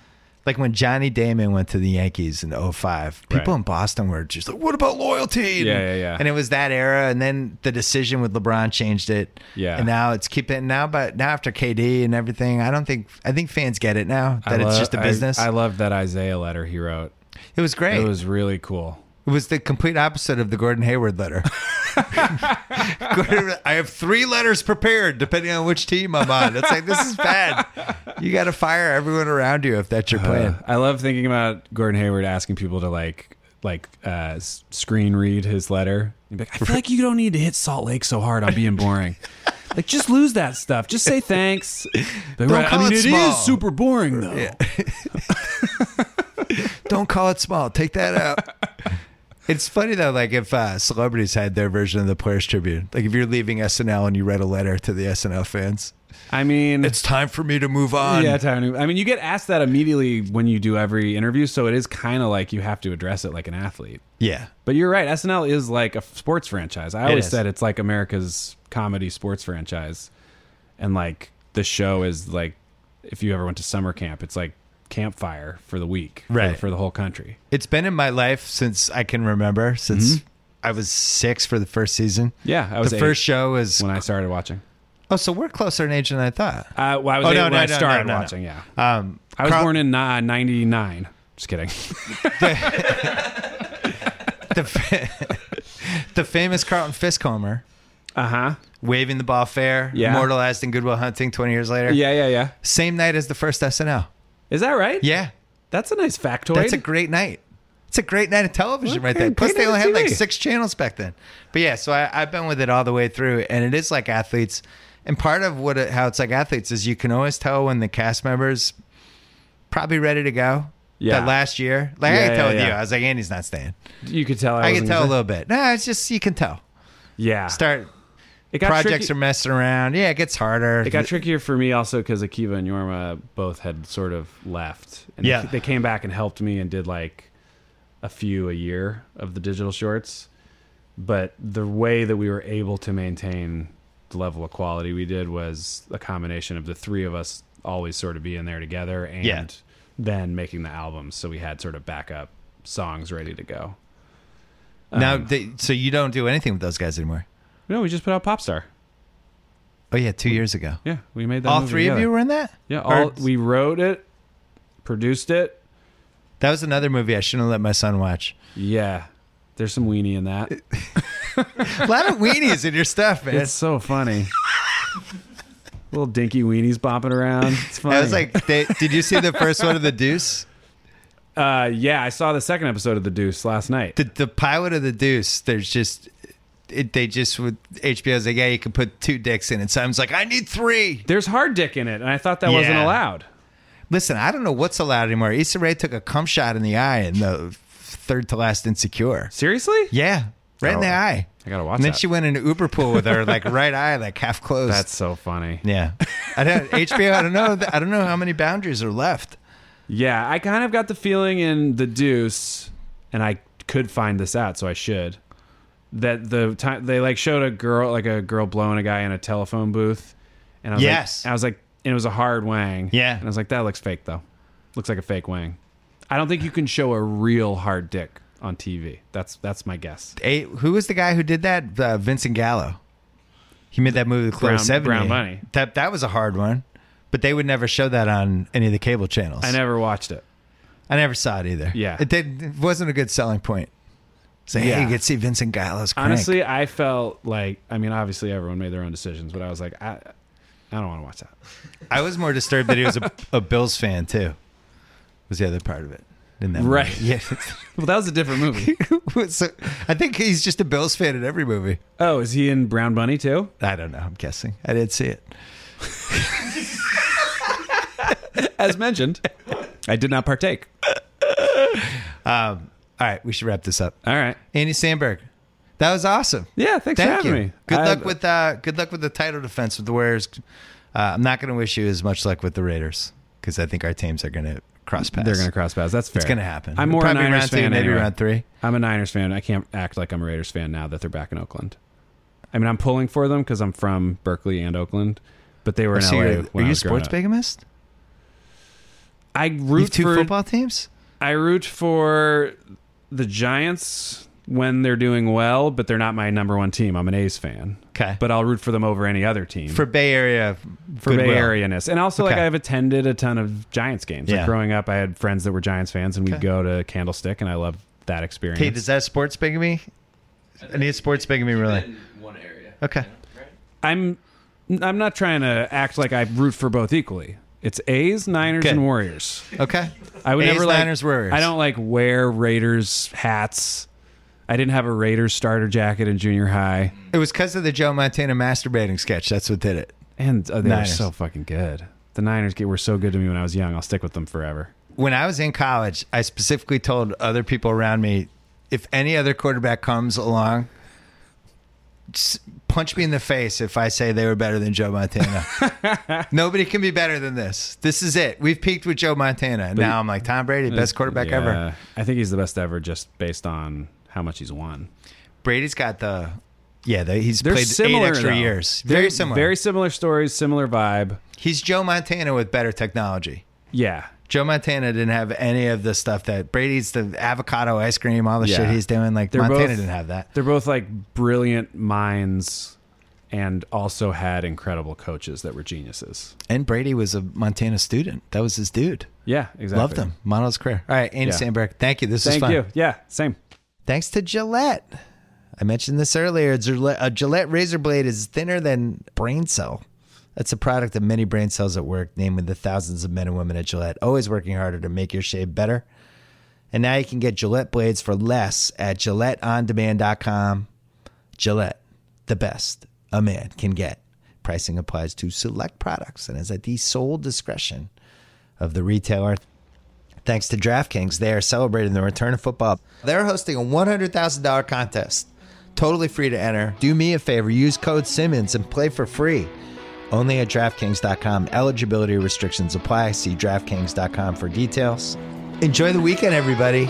Like when Johnny Damon went to the Yankees in 05, people
Right.
in Boston were just like, what about loyalty? And-
Yeah, yeah, yeah.
And it was that era. And then the decision with LeBron changed it.
Yeah.
And now it's keeping now, but now after KD and everything, I don't think, I think fans get it now that
I
it's
lo-
just a
I-
business.
I, love that Isaiah letter he wrote.
it was great.
It was really cool.
It was the complete opposite of the Gordon Hayward letter. Gordon, I have three letters prepared depending on which team I'm on. It's like, this is bad. You got to fire everyone around you if that's your plan.
Uh, I love thinking about Gordon Hayward asking people to like like uh, s- screen read his letter. He'd be like, I feel like you don't need to hit Salt Lake so hard on being boring. Like just lose that stuff. Just say thanks. But
Don't call
I mean,
it
it is
small.
super boring though.
Don't call it small. Take that out. It's funny though, like if uh, celebrities had their version of the Players Tribune, like if you're leaving SNL and you read a letter to the SNL fans,
I mean,
it's time for me to move on.
Yeah, Tony. I mean, you get asked that immediately when you do every interview, so it is kind of like you have to address it like an athlete.
yeah.
But you're right. SNL is like a f- sports franchise. I always
is.
said it's like America's comedy sports franchise, and like the show is like if you ever went to summer camp, it's like campfire for the week, for-
Right.
For, the whole country.
It's been in my life since I can remember, since I was six for the first season.
Mm-hmm. Yeah, I was
the
eight
first show was
when I started watching.
oh, so we're closer in age than I thought.
Uh, well, I was
Oh,
eight
no,
when
no,
I
no, no,
started
no, no.
watching. Yeah,
Um,
I was
Carl-
born in uh, '99. Just kidding.
the, fa- the famous Carlton Fiskhomer
Uh huh.
waving the ball fair,
Yeah.
immortalized in Goodwill Hunting twenty years later.
Yeah, yeah, yeah.
Same night as the first SNL.
Is that right?
Yeah,
That's a nice factoid.
that's a great night. It's a great night of television
Okay,
right there. Plus,
great
they
night
only
of
had like
TV.
six channels back then. But yeah, so I, I've been with it all the way through, and it is like athletes. And part of what it, how it's like athletes is you can always tell when the cast members probably ready to go.
Yeah.
That last year, like I
Yeah,
could tell
yeah,
with you,
yeah.
I was like, Andy's not staying.
You could tell. I,
I
wasn't
can
gonna
tell a
say-
little bit. No, it's just you can tell.
Yeah.
Start
it got
projects
tricky-
are messing around. Yeah, it gets harder.
It got trickier for me also because Akiva and Yorma both had sort of left. And
Yeah.
they- They came back and helped me and did like a few a year of the digital shorts. But the way that we were able to maintain the level of quality we did was a combination of the three of us always sort of being there together and
Yeah.
then making the albums. So we had sort of backup songs ready to go.
now,
um,
they, so you don't do anything with those guys anymore.
No, we just put out Popstar.
Oh yeah, two years ago.
Yeah, we made that.
All
movie
three of
together.
you were in that.
Yeah,
Or-
all, we wrote it, produced it,
That was another movie I shouldn't have let my son watch.
Yeah. There's some weenie in that.
A lot of weenies in your stuff, man.
It's so funny. Little dinky weenies bopping around. It's funny.
I was like, they, did you see the first one of the Deuce?
uh, yeah, I saw the second episode of The Deuce last night.
The the pilot of the Deuce. There's just. It, they just with HBO's like, yeah, you can put two dicks in it. So I was like, I need three.
There's hard dick in it, and I thought that wasn't
Yeah.
allowed.
Listen, I don't know what's allowed anymore. Issa Rae took a cum shot in the eye in the third to last Insecure.
Seriously?
Yeah, right in the
Oh.
eye.
I gotta watch
And then
that.
she went into Uber pool with her like right eye, like half closed.
That's so funny.
yeah. I don't HBO. I don't know. I don't know how many boundaries are left.
Yeah, I kind of got the feeling in The Deuce, and I could find this out, so I should. That the time they like showed a girl, like a girl blowing a guy in a telephone booth, and I was
Yes.
like, I was like, and it was a hard wang,
Yeah.
and I was like, that looks fake though, looks like a fake wang. I don't think you can show a real hard dick on TV. That's that's my guess.
Hey, who was the guy who did that? Uh, Vincent Gallo. He made that movie, The
Brown-
Close Seventy.
Brown Bunny.
That that was a hard one, but they would never show that on any of the cable channels.
I never watched it.
I never saw it either.
Yeah.
it, did, it wasn't a good selling point. Say, hey,
Yeah.
you could see Vincent Gallo's. Crank.
Honestly, I felt like I mean, obviously everyone made their own decisions, but I was like, I, I don't want to watch that.
I was more disturbed that he was a, a Bills fan too. Was the other part of it. In that
Right.
movie. Yeah.
Well, that was a different movie.
so, I think he's just a Bills fan in every movie.
oh, is he in Brown Bunny too?
I don't know. I'm guessing. I didn't see it.
as mentioned, I did not partake.
Um, all right, we should wrap this up.
All right.
Andy Sandberg, that was awesome.
Yeah, thanks for
Thank
having
you.
me.
Good
I-
luck with uh, good luck with the title defense with the Warriors. Uh, I'm not going to wish you as much luck with the Raiders because I think our teams are going to cross paths.
They're going to cross paths. That's fair.
It's going to happen.
I'm more
probably
a Niners
round two,
fan.
maybe
anyway.
round three.
I'm a Niners fan. I can't act like I'm a Raiders fan now that they're back in Oakland. I mean, I'm pulling for them because I'm from Berkeley and Oakland, but they were in
Oh, So
LA.
you're-
when
are
I
you a
was growing
sports
up.
bigamist?
I
You have
root
two
for
football teams.
I root for the Giants when they're doing well, but they're not my number one team. I'm an A's fan,
Okay,
but I'll root for them over any other team.
for Bay Area,
for
goodwill.
Bay Area-ness. And also, like,
Okay.
I've attended a ton of Giants games.
Yeah.
Like, growing up, I had friends that were Giants fans, and we'd
Okay.
go to Candlestick, and I loved that experience.
Pete, is that a sports bigamy? I need a sports bigamy, really.
In one area.
Okay.
Right?
I'm, I'm not trying to act like I root for both equally. It's A's, Niners,
Good.
and Warriors.
Okay.
I would
A's,
never like.
Niners, Warriors.
I don't like wear Raiders hats. I didn't have a Raiders starter jacket in junior high,
It was because of the Joe Montana masturbating sketch. That's what did it.
and uh, they were
Niners.
so fucking good. The Niners get, were so good to me when I was young. I'll stick with them forever.
when I was in college, I specifically told other people around me, if any other quarterback comes along, s- punch me in the face if I say they were better than Joe Montana. Nobody can be better than this. This is it. We've peaked with Joe Montana. now I'm like Tom Brady, best quarterback
Yeah.
ever.
I think he's the best ever, just based on how much he's won.
Brady's got the yeah. The, he's
They're
played
similar
eight extra
though.
years.
They're
Very, similar.
Very similar stories, similar vibe.
he's Joe Montana with better technology.
Yeah.
Joe Montana didn't have any of the stuff that Brady's the avocado ice cream, all the
Yeah.
shit he's doing. Like
They're
Montana
both-
didn't have that.
They're both like brilliant minds and also had incredible coaches that were geniuses.
And Brady was a Montana student. That was his dude.
Yeah, exactly.
Loved him. Modeled his career. All right, Andy
Yeah.
Sandberg. Thank you. This was
Thank
fun.
you. Yeah, same.
Thanks to Gillette. I mentioned this earlier. Gillette- A Gillette razor blade is thinner than brain cell. That's a product of many brain cells at work, namely the thousands of men and women at Gillette, always working harder to make your shave better. And now you can get Gillette blades for less at GilletteOnDemand.com. Gillette, the best a man can get. Pricing applies to select products and is at the sole discretion of the retailer. Thanks to DraftKings, they are celebrating the return of football. They're hosting a $100,000 contest Totally free to enter. Do me a favor, use code Simmons and play for free. Only at DraftKings.com. Eligibility restrictions apply. See DraftKings.com for details. Enjoy the weekend, everybody.